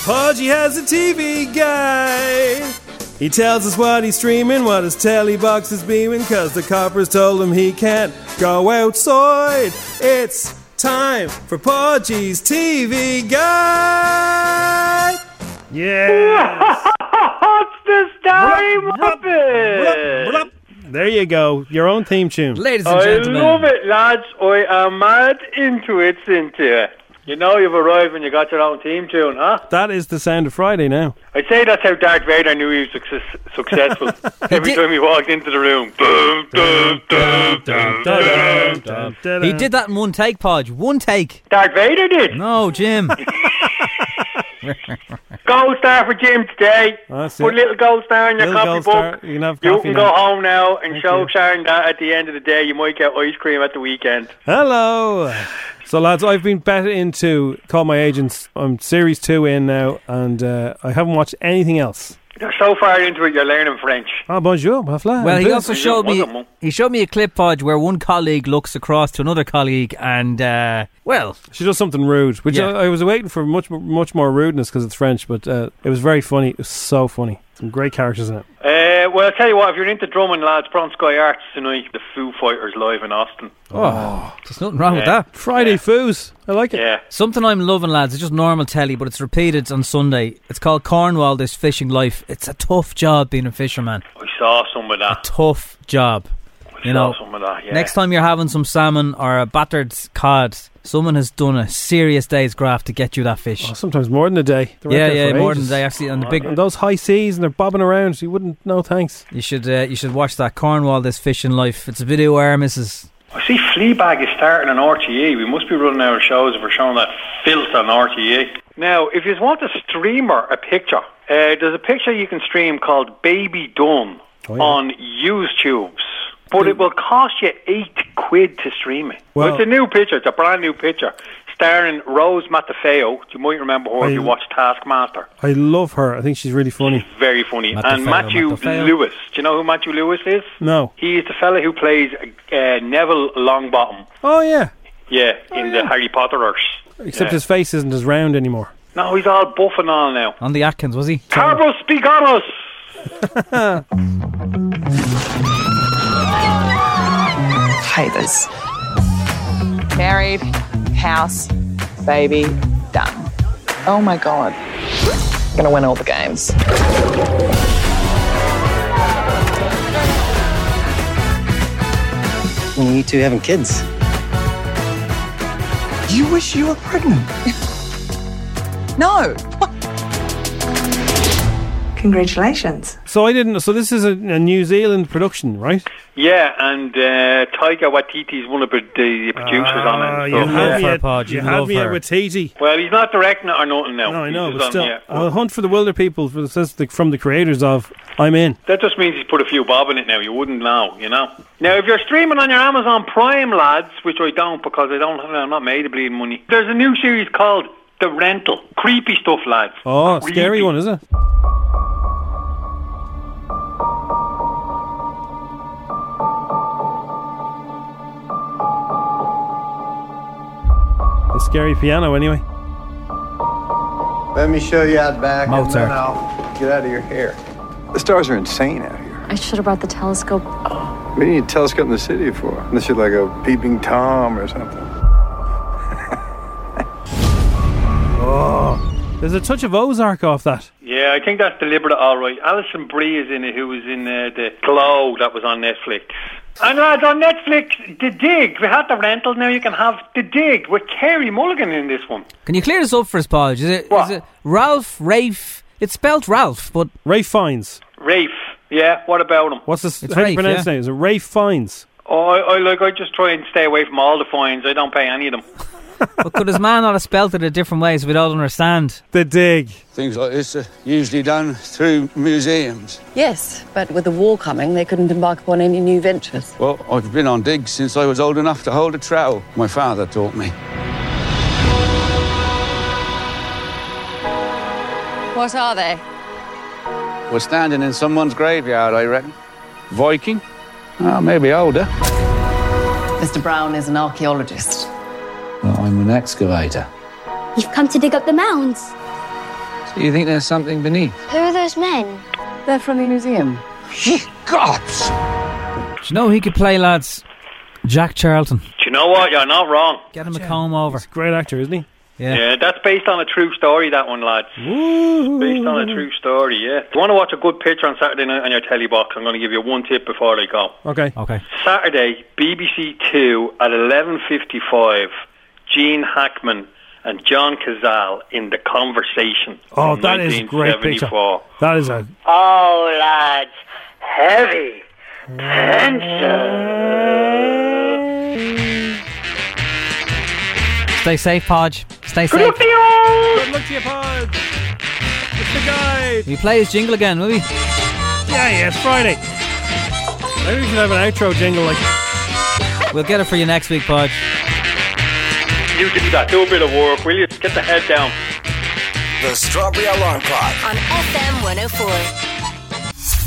Podgy has a TV guide. He tells us what he's streaming, what his telly box is beaming, cause the coppers told him he can't go outside. It's time for Podgy's TV guide. Yeah. Monster Starry Muppet! There you go. Your own theme tune. Ladies I love it, lads. I am mad into it, Cynthia. You know you've arrived when you got your own team tune, huh? That is the sound of Friday now. I'd say that's how Darth Vader knew he was success- successful. Every time he walked into the room. Boom, boom, boom, boom, boom, boom. He did that in one take, Podge. One take. Darth Vader did. No, Jim. Gold star for Jim today. That's Put it. a little gold star in your Little copy gold star. book. You can have You coffee can now. go home now and Thank show you. Sharon that at the end of the day you might get ice cream at the weekend. Hello. So, lads, I've been bet into Call My Agents. I'm series two in now, and uh, I haven't watched anything else. You're so far into it, you're learning French. Ah, bonjour, ma flamme. Well, he Bonjour. also showed me he showed me a clip podge where one colleague looks across to another colleague and uh, well, She does something rude, which Yeah. I, I was waiting for much much more rudeness because it's French, but uh, it was very funny. It was so funny. Some great characters in it. Uh, well, I'll tell you what, if you're into drumming, lads, Bron Sky Arts tonight, the Foo Fighters live in Austin. oh, there's nothing wrong with Yeah. that. Friday foos, I like it. Yeah. Something I'm loving, lads. It's just normal telly, but it's repeated on Sunday. It's called Cornwall. This fishing life. It's a tough job being a fisherman. I saw some of that. Tough job. You know. Saw some of that, yeah. Next time you're having some salmon or a battered cod, someone has done a serious day's graft to get you that fish. Oh, sometimes more than a day. They're out yeah, there yeah, for more ages. than they actually on the big. And those high seas and they're bobbing around. You wouldn't. No thanks. You should uh, you should watch that Cornwall this fishing life. It's a video where Mrs. I see Fleabag is starting on RTE. E. We must be running out of shows if we're showing that filth on RTE. Now, if you want to streamer a picture, uh, there's a picture you can stream called Baby Dumb Oh, on YouTube. But it will cost you eight quid to stream it. Well- Well, it's a new picture. It's a brand new picture starring Rose Matafeo. You might remember her if you I- watched Taskmaster. I love her. I think she's really funny. Very funny. Matafeo, and Matthew Matafeo. Lewis. Do you know who Matthew Lewis is? No. He's the fella who plays uh, Neville Longbottom. Oh yeah. Oh, Yeah, in the Harry Potterers. Except yeah. his face isn't as round anymore. No, he's all buff and all now. on the Atkins was he? Carbo Spigaros! Haters. Married, house, baby, done. Oh my god. Gonna win all the games. When you two having kids? You wish you were pregnant. No. Congratulations. So I didn't. So this is a, a New Zealand production, right? Yeah, and uh, Taika Waititi is one of the the producers Ah, on it. you and stuff, had me yeah. at- Pod, you you had love me at her. Waititi. Well, he's not directing it or nothing now. No, I know, He's but just on- still, yeah. I'll hunt for the Wilder people for the sense the, from the creators of I'm in. That just means he's put a few bob in it now. You wouldn't know, you know. Now, if you're streaming on your Amazon Prime, lads, which I don't because I don't have, I'm not made to bleed money. There's a new series called The Rental. Creepy stuff, lads. Oh, Creepy. scary one, is it? A scary piano, anyway. Let me show you out back, Mozart. and then I'll get out of your hair. The stars are insane out here. I should have brought the telescope. We need a telescope in the city for unless you're like a peeping tom or something. Oh, there's a touch of Ozark off that. Yeah, I think that's deliberate, all right. Alison Brie is in it, who was in uh, the Glow that was on Netflix. And lads, on Netflix, The Dig. We had The Rental. Now you can have The Dig with Kerry Mulligan in this one. Can you clear this up for us, Paul? Is it, is it Ralph, Rafe? It's spelled Ralph, but. Rafe Fines. Rafe. Yeah, what about him? What's this? how do you pronounce his name? Is it Rafe Fines? Oh, I, I like. I just try and stay away from all the fines. I don't pay any of them. But could his man not have spelled it a different way so we'd all understand? The dig. Things like this are usually done through museums. Yes, but with the war coming, they couldn't embark upon any new ventures. Well, I've been on digs since I was old enough to hold a trowel. My father taught me. What are they? We're standing in someone's graveyard, I reckon. Viking? Oh, maybe older. Mr. Brown is an archaeologist. Well, I'm an excavator. You've come to dig up the mounds. So you think there's something beneath? Who are those men? They're from the museum. Gods! Do you know who he could play, lads? Jack Charlton. Do you know what? You're not wrong. Get him a comb over. He's a great actor, isn't he? Yeah. that's based on a true story. That one, lads. Based on a true story. Yeah. If you want to watch a good picture on Saturday night on your telly box, I'm going to give you one tip before I go. Okay. Okay. Saturday, BBC Two at 11:55. Gene Hackman and John Cazale in the conversation. Oh, from that is a great picture. 1974. That is a Oh, lads, heavy tension. Stay safe, Podge. Stay Good safe. luck to you all. Good luck to you, Pod. It's the guide. We play his jingle again, will we? Yeah, yeah, it's Friday. Maybe we should have an outro jingle like. We'll get it for you next week, Podge. You do that. Do a bit of work, will you? Get the head down. The Strawberry Alarm Clock. On FM 104.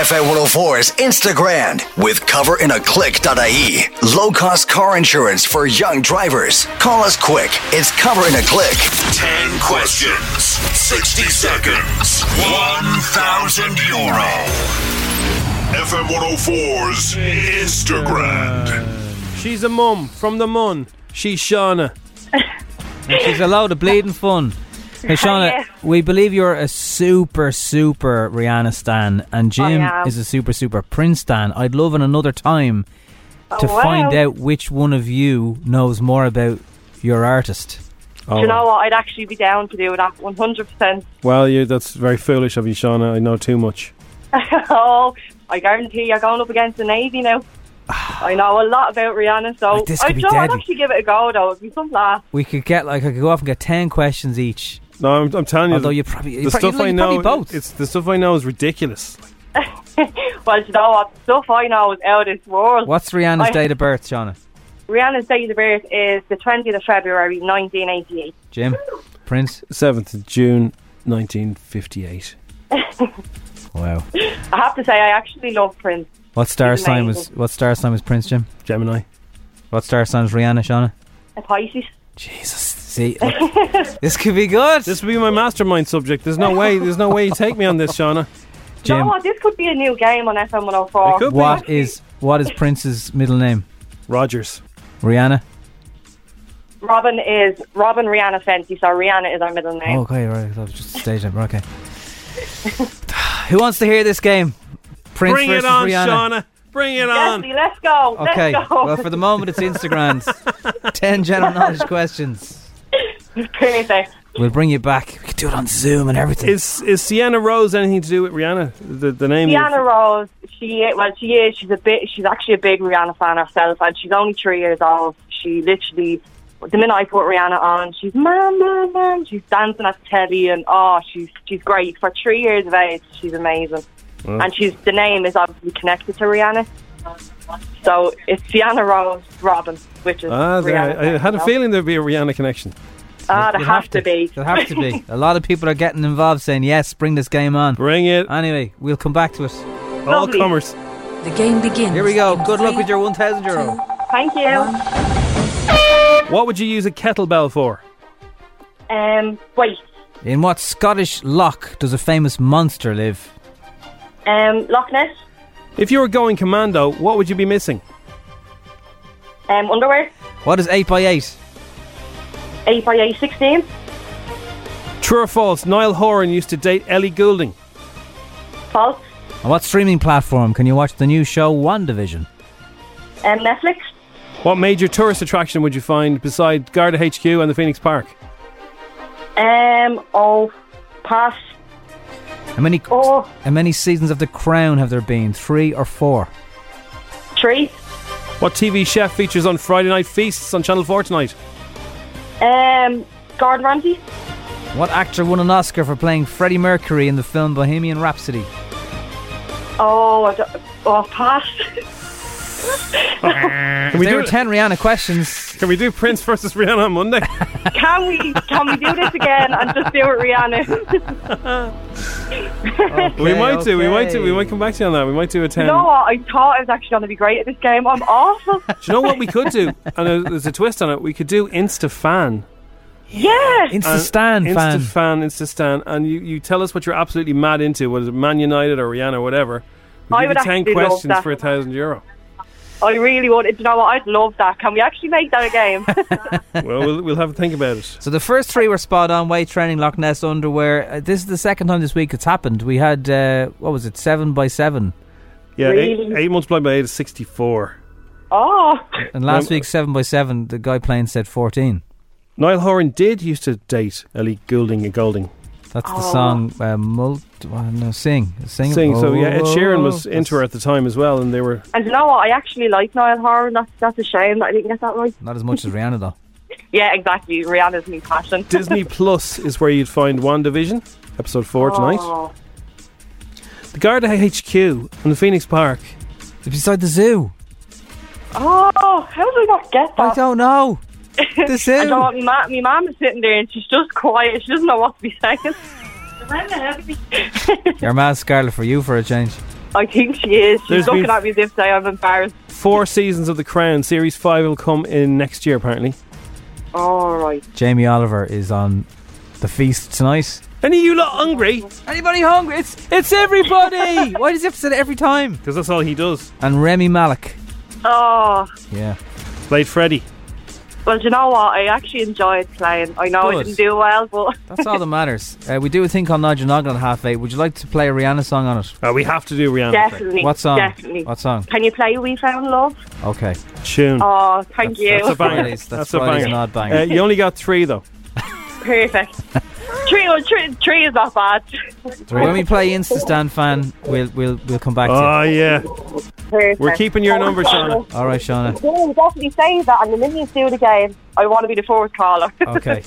FA104's Instagram with coverinaclick.ie. Low cost E. car insurance for young drivers. Call us quick. It's Cover in a Click. 10 questions, 60 seconds, 1,000 euro. FM 104's Instagram. She's a mum from the mun. She's Shauna. And she's a load of bleeding fun. Hey, Shauna, Yeah. we believe you're a super, super Rihanna stan, and Jim I am. is a super, super Prince stan. I'd love in another time to Oh, wow. find out which one of you knows more about your artist. Oh, Do you know what? I'd actually be down to do that 100%. Well, you, that's very foolish of you, Shauna. I know too much. oh, I guarantee you're going up against the Navy now. I know a lot about Rihanna, so this could I'd, be go- I'd deadly. actually give it a go, though. It'd be some laugh. We could get like I could go off and get ten questions each. No, I'm, I'm telling you. Although you probably the stuff I know, both. it's the stuff I know is ridiculous. well, do you know what? The stuff I know is out of this world. What's Rihanna's I- date of birth, Shauna? Rihanna's date of birth is the 20th of February, 1988. Jim, Prince, seventh of June, nineteen fifty-eight. wow. I have to say, I actually love Prince. What star He's sign was amazing. What star sign was Prince Jim? Gemini. What star sign was Rihanna, Shauna? A Pisces. See, this could be good. This would be my mastermind subject. There's no way. There's no way you take me on this, Shauna. Do You know what? This could be a new game on FM 104. It could be. What is What is Prince's middle name? Rogers. Rihanna. Robin is Robin Rihanna Fenty, so Rihanna is our middle name. Oh, okay, right. That was just a stage number. Okay. Who wants to hear this game? Prince Bring it versus on, Rihanna. Shauna. Bring it on. let's go. Okay. Well, for the moment, it's Instagrams. Ten general knowledge questions. Perfect. We'll bring you back. We can do it on Zoom and everything. Is is Sienna Rose anything to do with Rihanna? The the name. you've- Rihanna Rose, she i- well, she is. She's a bit. She's actually a big Rihanna fan herself, and she's only three years old. She literally, the minute I put Rihanna on, she's man, man, man. She's dancing at the telly, and oh, she's she's great for three years of age. She's amazing, Wow. and she's the name is obviously connected to Rihanna. So it's Rihanna Rose Robin, which is Ah, there, Rihanna. I, I had a herself. feeling there'd be a Rihanna connection. Ah, there You'll have, to be. There have to be. A lot of people are getting involved saying, yes, bring this game on. Bring it. Anyway, we'll come back to it. All Lovely. comers. The game begins. Here we go. Good luck with your 1,000 euro. Thank you. What would you use a kettlebell for? Um, wait. In what Scottish loch does a famous monster live? Um, Loch Ness. If you were going commando, what would you be missing? Um, underwear. What is 8x8? Eight by eight, sixteen. True or false, Niall Horan used to date Ellie Goulding. False. On what streaming platform can you watch the new show WandaVision? Um, Netflix. What major tourist attraction would you find beside Garda HQ and the Phoenix Park? Um, oh, pass. How many, Oh. how many seasons of The Crown have there been? Three or four? Three. What TV chef features on Friday Night Feasts on Channel 4 tonight? Um, Gordon Ramsay. What actor won an Oscar for playing Freddie Mercury in the film Bohemian Rhapsody? Uh, Oh, I don't- oh, pass. Can we there do were it? 10 Rihanna questions. Can we do Prince versus Rihanna on Monday? can we can we do this again and just do it, Rihanna? we might do, we might do, we might come back to you on that. We might do a 10. You know what? I thought I was actually going to be great at this game. I'm awful. Um, Do you know what we could do? And uh, there's a twist on it. We could do Insta fan. Yeah. Uh, Instastan fan. Instastan, Instastan. And you, you tell us what you're absolutely mad into, whether it's Man United or Rihanna or whatever. We I give you would 10 actually love questions that. for a thousand euro. I really would. Do you know what? I'd love that. Can we actually make that a game? well, we'll we'll have a think about it. So the first three were spot on: weight training, Loch Ness underwear. Uh, this is the second time this week it's happened. We had uh, what was it, seven by seven, Yeah, Really? eight, eight multiplied by eight is 64. oh. and last week seven by seven. The guy playing said fourteen. Niall Horan did used to date Ellie Goulding and Golding. That's the song. Uh, mult, well, no, sing, sing. Sing. So yeah, Ed Oh, Sheeran was that's into her at the time as well, and they were And do you know what? I actually like Niall Horan. That's that's a shame that I didn't get that right. not as much as Rihanna though. Yeah, exactly. Rihanna's new passion. Disney Plus is where you'd find WandaVision episode four tonight. Oh. The Garda HQ and the Phoenix Park. Beside the zoo. Oh, how did I not get that? I don't know. The zoo. I don't, my, my mum is sitting there and she's just quiet. She doesn't know what to be saying. Your man's Scarlet for you for a change. I think she is. She's There's looking been- at me as if say I'm embarrassed. Four seasons of The Crown. Series five will come in next year, apparently. All right. Jamie Oliver is on the feast tonight. Any of you lot hungry? Anybody hungry? It's it's everybody. Why does he have to say that every time? Because that's all he does. And Remy Malik. Oh, Yeah. Played Freddy. well, do you know what? I actually enjoyed playing. I know I Good. didn't do well, but. That's all that matters. Uh, we do a thing called Nigel Noggin at half eight. Would you like to play a Rihanna song on it? Uh, we have to do Rihanna. Definitely. What song? Definitely. What song? Can you play We Found Love? Okay. Tune. Oh, thank you. That's a banger. Friday's- that's Friday's an odd banger. Uh, you only got three though. Perfect. Tree, oh, tree, tree is not bad. When we play Insta Stand Fan, we'll we'll we'll come back to Oh, it. yeah. Perfect. We're keeping your number, Shauna. All right, Shauna. Yeah, definitely say that. And the minute you do it again, I want to be the fourth caller. Okay.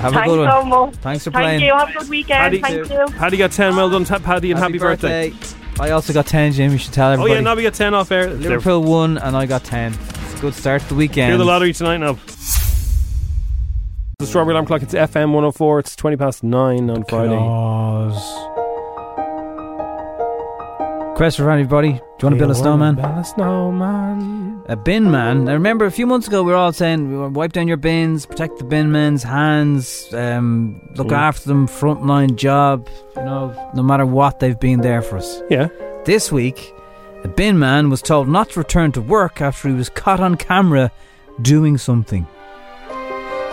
Have Thanks a good one. so much. Thanks for Thank playing. you. Have a good weekend. Paddy, Thank you. Paddy got 10. Well done, Ta- Paddy, and happy, Happy birthday. I also got 10, Jim. You should tell Oh, everybody. yeah, Nobby got 10 off air. Liverpool won, and I got 10. It's a good start to the weekend. Hear the lottery tonight, Nob. The Strawberry Alarm Clock, it's FM 104. It's 20 past 9 on Friday. Question for anybody. Do you want to build a snowman? Build a snowman. A bin man. Now remember, a few months ago, we were all saying, "We want- wipe down your bins, protect the bin men's hands, um, look Mm. after them, frontline job, you know, no matter what, they've been there for us. Yeah. This week, the bin man was told not to return to work after he was caught on camera doing something.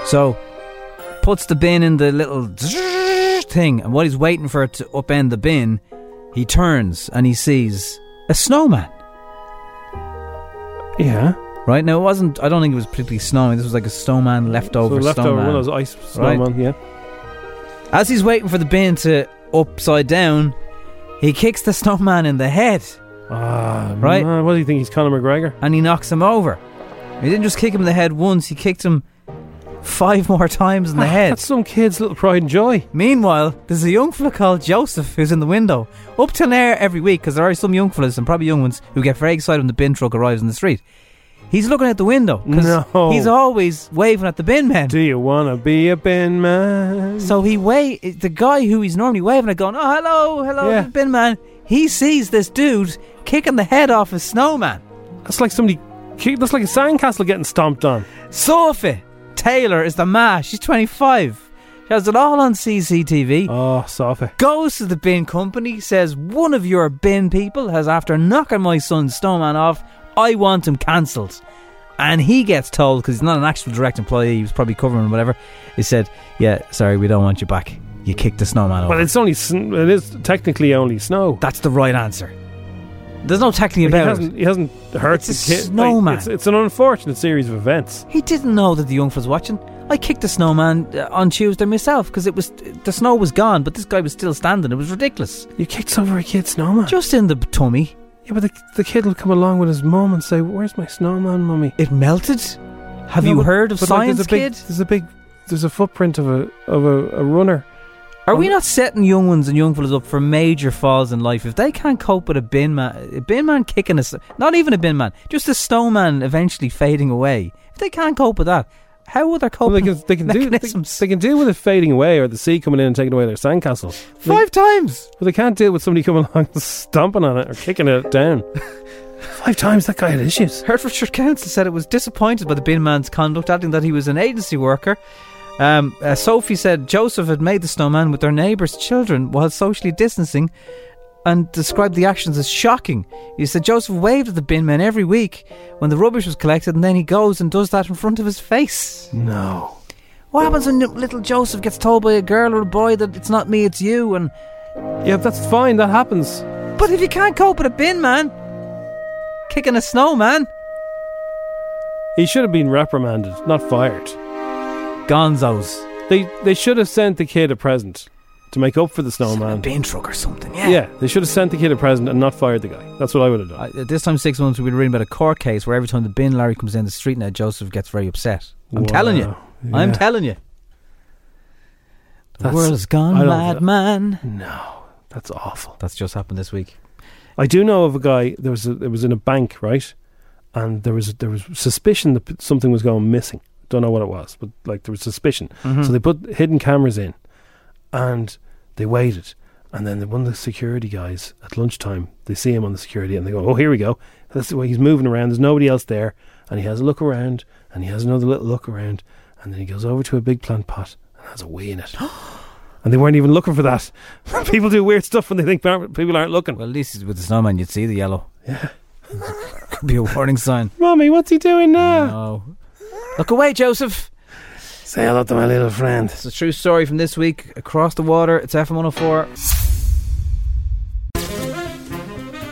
So, puts the bin in the little thing, and while he's waiting for it to upend the bin, he turns and he sees a snowman. Yeah. Right now, it wasn't. I don't think it was particularly snowing. This was like a snowman so leftover. leftover snowman. one of those ice snowman, Right? yeah. As he's waiting for the bin to upside down, he kicks the snowman in the head. Ah, right? what do you think? He's Conor McGregor? And he knocks him over. He didn't just kick him in the head once, he kicked him five more times in the head. That's some kid's little pride and joy. Meanwhile, there's a young fella called Joseph who's in the window. Up till now every week, because there are some young fellas and probably young ones who get very excited when the bin truck arrives in the street. He's looking out the window because No. he's always waving at the bin man. Do you want to be a bin man? So he wa- the guy who he's normally waving at, going, "Oh, hello, hello, Yeah. bin man." He sees this dude kicking the head off a snowman. That's like somebody. That's like a sandcastle getting stomped on. Sophie Taylor is the ma. She's twenty-five. She has it all on CCTV. Oh, Sophie. Goes to the bin company, says one of your bin people has, after knocking my son's snowman off, I want him cancelled. And he gets told, because he's not an actual direct employee, he was probably covering him, whatever. He said, Yeah, sorry, we don't want you back. You kicked the snowman Well, over. it's only sn- it is technically only snow. That's the right answer. There's no technically he about hasn't, it. He hasn't hurt It's a the kid. Like, snowman. it's, it's an unfortunate series of events. He didn't know that the young was watching. I kicked the snowman uh, on Tuesday myself because it was the snow was gone, but this guy was still standing. It was ridiculous. You kicked over a kid's snowman just in the tummy. Yeah, but the, the kid will come along with his mum and say, "Where's my snowman, mummy?" It melted. Have you heard of Science Kid? There's a big, there's a footprint of a of a, a runner. Are we not setting young ones and young fellas up for major falls in life if they can't cope with a bin man, a bin man kicking us? Not even a bin man, just a snowman eventually fading away. If they can't cope with that, how will their coping? They can, they can do they, they can deal with it fading away or the sea coming in and taking away their sandcastles five times. But they can't deal with somebody coming along and stomping on it or kicking it down. five times that guy had issues. Hertfordshire Council said it was disappointed by the bin man's conduct, adding that he was an agency worker. Um, uh, Sophie said Joseph had made the snowman with their neighbours' children while socially distancing and described the actions as shocking. He said Joseph waved at the bin man every week when the rubbish was collected, and then he goes and does that in front of his face. No. What happens when little Joseph gets told by a girl or a boy that it's not me, it's you? And yeah, that's fine. That happens. But if you can't cope with a bin man, kicking a snowman, He should have been reprimanded, not fired. Gonzos. They they should have sent the kid a present to make up for the snowman. A bin truck or something. Yeah. Yeah. They should have sent the kid a present and not fired the guy. That's what I would have done. I, at this time six months, we've been reading about a court case where every time the bin Larry comes down the street now, Joseph gets very upset. I'm Wow. telling you. I'm Yeah. telling you. The That's- world's gone I don't- mad, man. No, that's awful. That's just happened this week. I do know of a guy. There was a, it was in a bank, right? And there was there was suspicion that p- something was going missing. Don't know what it was, but like there was suspicion. Mhm. So they put hidden cameras in, and they waited. And then the, one of the security guys at lunchtime, they see him on the security, and they go, "Oh, here we go." That's the way he's moving around. There's nobody else there, and he has a look around, and he has another little look around, and then he goes over to a big plant pot and has a wee in it. And they weren't even looking for that. people do weird stuff when they think people aren't looking. Well, at least with the snowman, you'd see the yellow. Yeah. Could be a warning sign. Mommy, what's he doing now? No. Look away, Joseph. Say hello to my little friend. It's a true story from this week. Across the water, it's FM 104.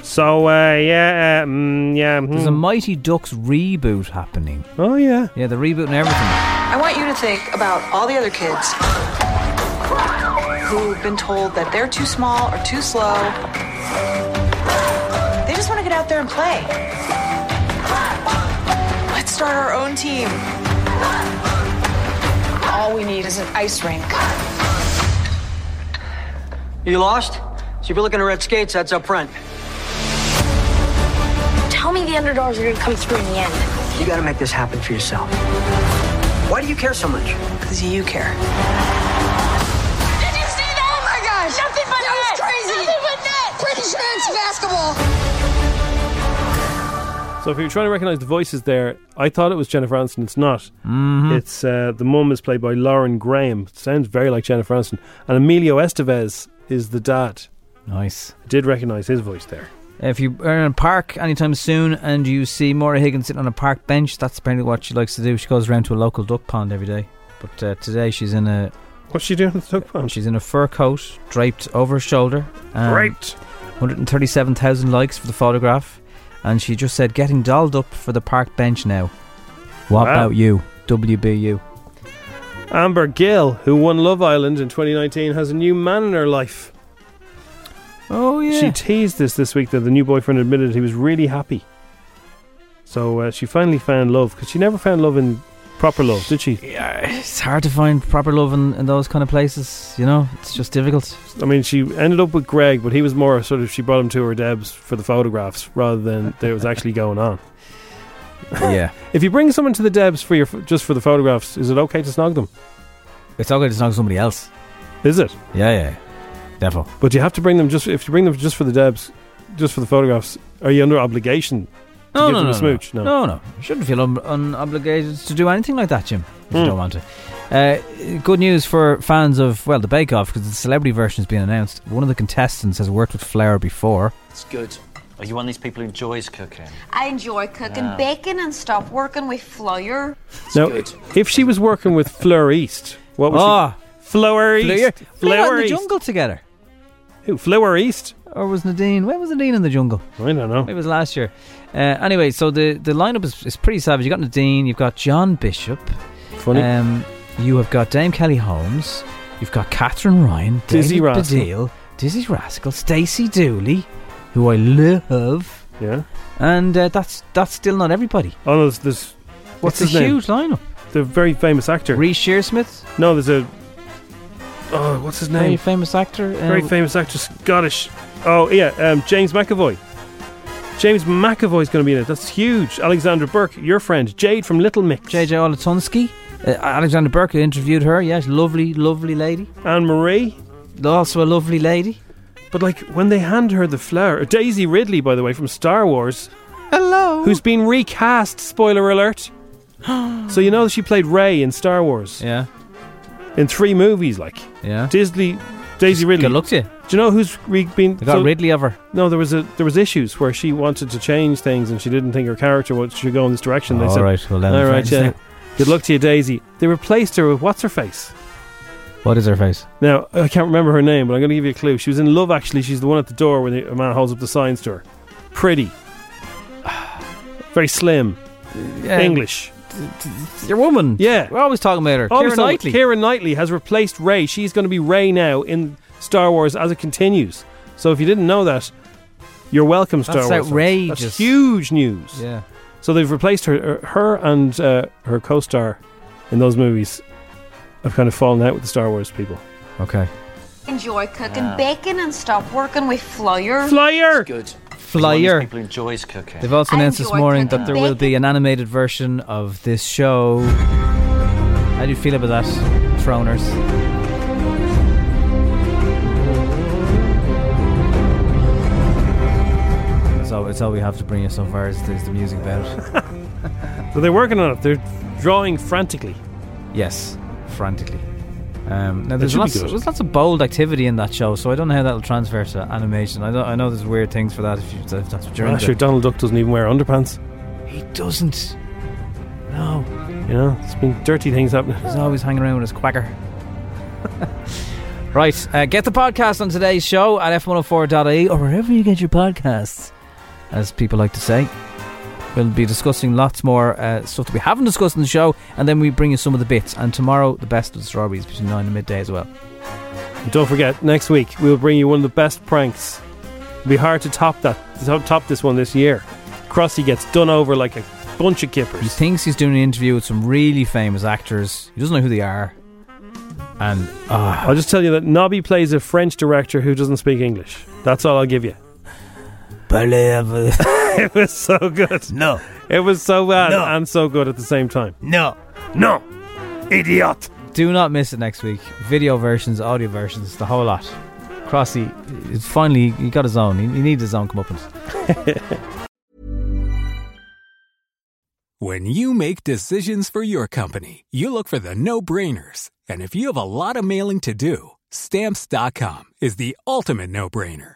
So, uh, yeah, uh, mm, yeah. There's a Mighty Ducks reboot happening. Oh, yeah. Yeah, the reboot and everything. I want you to think about all the other kids who've been told that they're too small or too slow. They just want to get out there and play. Let's start our own team. All we need is an ice rink. You lost? So if you're looking at red skates, that's up front. Tell me the underdogs are going to come through in the end. You gotta make this happen for yourself. Why do you care so much? Because you care. Did you see that? Oh my gosh! Nothing but that was crazy. Nothing but net. Pretty sure it's basketball. So, if you're trying to recognize the voices there, I thought it was Jennifer Aniston. It's not. Mm-hmm. It's uh, the mum is played by Lauren Graham. sounds very like Jennifer Aniston. And Emilio Estevez is the dad. Nice. I did recognize his voice there. If you are in a park anytime soon and you see Maura Higgins sitting on a park bench, that's apparently what she likes to do. She goes around to a local duck pond every day. But uh, today she's in a. What's she doing at the duck pond? She's in a fur coat draped over her shoulder. and Draped. 137,000 likes for the photograph. And she just said, getting dolled up for the park bench now. What Wow. about you? WBU. Amber Gill, who won Love Island in 2019, has a new man in her life. Oh, yeah. She teased this this week that the new boyfriend admitted he was really happy. So uh, she finally found love because she never found love in proper love, did she? Yeah. It's hard to find proper love in, in those kind of places, you know? It's just difficult. I mean, she ended up with Greg, but he was more sort of she brought him to her Debs for the photographs rather than there was actually going on. Yeah. If you bring someone to the Debs for your just for the photographs, is it okay to snog them? It's okay to snog somebody else. Is it? Yeah, yeah. Devil. But you have to bring them just if you bring them just for the Debs, just for the photographs. Are you under obligation to No, give no, them no, a smooch? no, no, no. You shouldn't feel un- unobligated to do anything like that, Jim. If you Hmm. don't want to. Uh, good news for fans of well, the Bake Off because the celebrity version has been announced. One of the contestants has worked with Flair before. It's good. Are you one of these people who enjoys cooking? I enjoy cooking Yeah. bacon and stop working with Flyer. Now, if she was working with Fleur East, what Oh, was Ah. she? Fleur East. Fleur. They were Fleur in the East. jungle together. Who? Fleur East? Or was Nadine? When was Nadine in the jungle? I don't know. It was last year. Uh, anyway, so the, the lineup is, is pretty savage. You got Nadine, you've got John Bishop. Funny. Um, you have got Dame Kelly Holmes. You've got Catherine Ryan, Dizzy David Rascal. Baddiel, Dizzy Rascal, Stacey Dooley, who I love. Yeah. And uh, that's that's still not everybody. Oh no, there's, there's what's What's it's his a name? huge lineup. The very famous actor. Reese Shearsmith. No, there's a. Oh, what's his Very name? famous actor. uh, Very famous actor, Scottish. Oh yeah, um, James McAvoy. James McAvoy's going to be in it. That's huge. Alexandra Burke, your friend Jade from Little Mix. JJ Olatunski. Uh, Alexander Burke I interviewed her. Yes, lovely, lovely lady. Anne Marie. Also a lovely lady. But like when they hand her the flower, uh, Daisy Ridley, by the way, from Star Wars, Hello. who's been recast. Spoiler alert. so you know she played Rey in Star Wars Yeah. in three movies, like Yeah. Disney. Daisy Ridley. Good luck to you. Do you know who's re- been? They got Ridley of her. No, there was a there was issues where she wanted to change things and she didn't think her character was, should go in this direction. They All said, right, well then, all fair right, yeah. enough. Good luck to you, Daisy. They replaced her with what's her face. What is her face? Now I can't remember her name, but I'm going to give you a clue. She was in Love Actually. She's the one at the door when the, a man holds up the signs to her. Pretty, very slim, English. Uh, Your woman. Yeah. We're always talking about her. Always Keira thought Knightley. Keira Knightley has replaced Ray. She's going to be Ray now in Star Wars as it continues. So if you didn't know that, you're welcome, Star That's Wars. fans. outrageous. That's huge news. Yeah. So they've replaced her, er, her and uh, her co-star in those movies. Have kind of fallen out with the Star Wars people. Okay. Enjoy cooking Yeah. bacon and stop working with Flyer. Flyer. Good. Flyer. People who enjoys cooking. They've also announced this enjoy morning that cooking there will be an animated version of this show. How do you feel about that, Throners? So it's all we have to bring you so far is, is the music about. So they're working on it. They're drawing frantically. yes, frantically. Um, now That there's should be lots, good. there's lots of bold activity in that show, so I don't know how that'll transfer to animation. I, don't, I know there's weird things for that if, you, if that's what you're I'm into. sure Donald Duck doesn't even wear underpants. He doesn't. No. You know, there's been dirty things happening. He's always hanging around with his quacker. right. Uh, get the podcast on today's show at f104.ie or wherever you get your podcasts, as people like to say. We'll be discussing lots more uh, stuff that we haven't discussed in the show, and then we bring you some of the bits. And tomorrow, the best of the strawberries between 9 and midday as well. And don't forget, next week we'll bring you one of the best pranks. It'll be hard to top that, to top this one this year. Crossy gets done over like a bunch of kippers. He thinks he's doing an interview with some really famous actors. He doesn't know who they are. And ah, I'll just tell you that Nobby plays a French director who doesn't speak English. That's all I'll give you. it was so good. No. It was so bad No. and so good at the same time. No. No. Idiot. Do not miss it next week. Video versions, audio versions, the whole lot. Crossy, it's finally he got his own. He, he needs his own comeuppance. When you make decisions for your company, you look for the no brainers. And if you have a lot of mailing to do, stamps.com is the ultimate no brainer.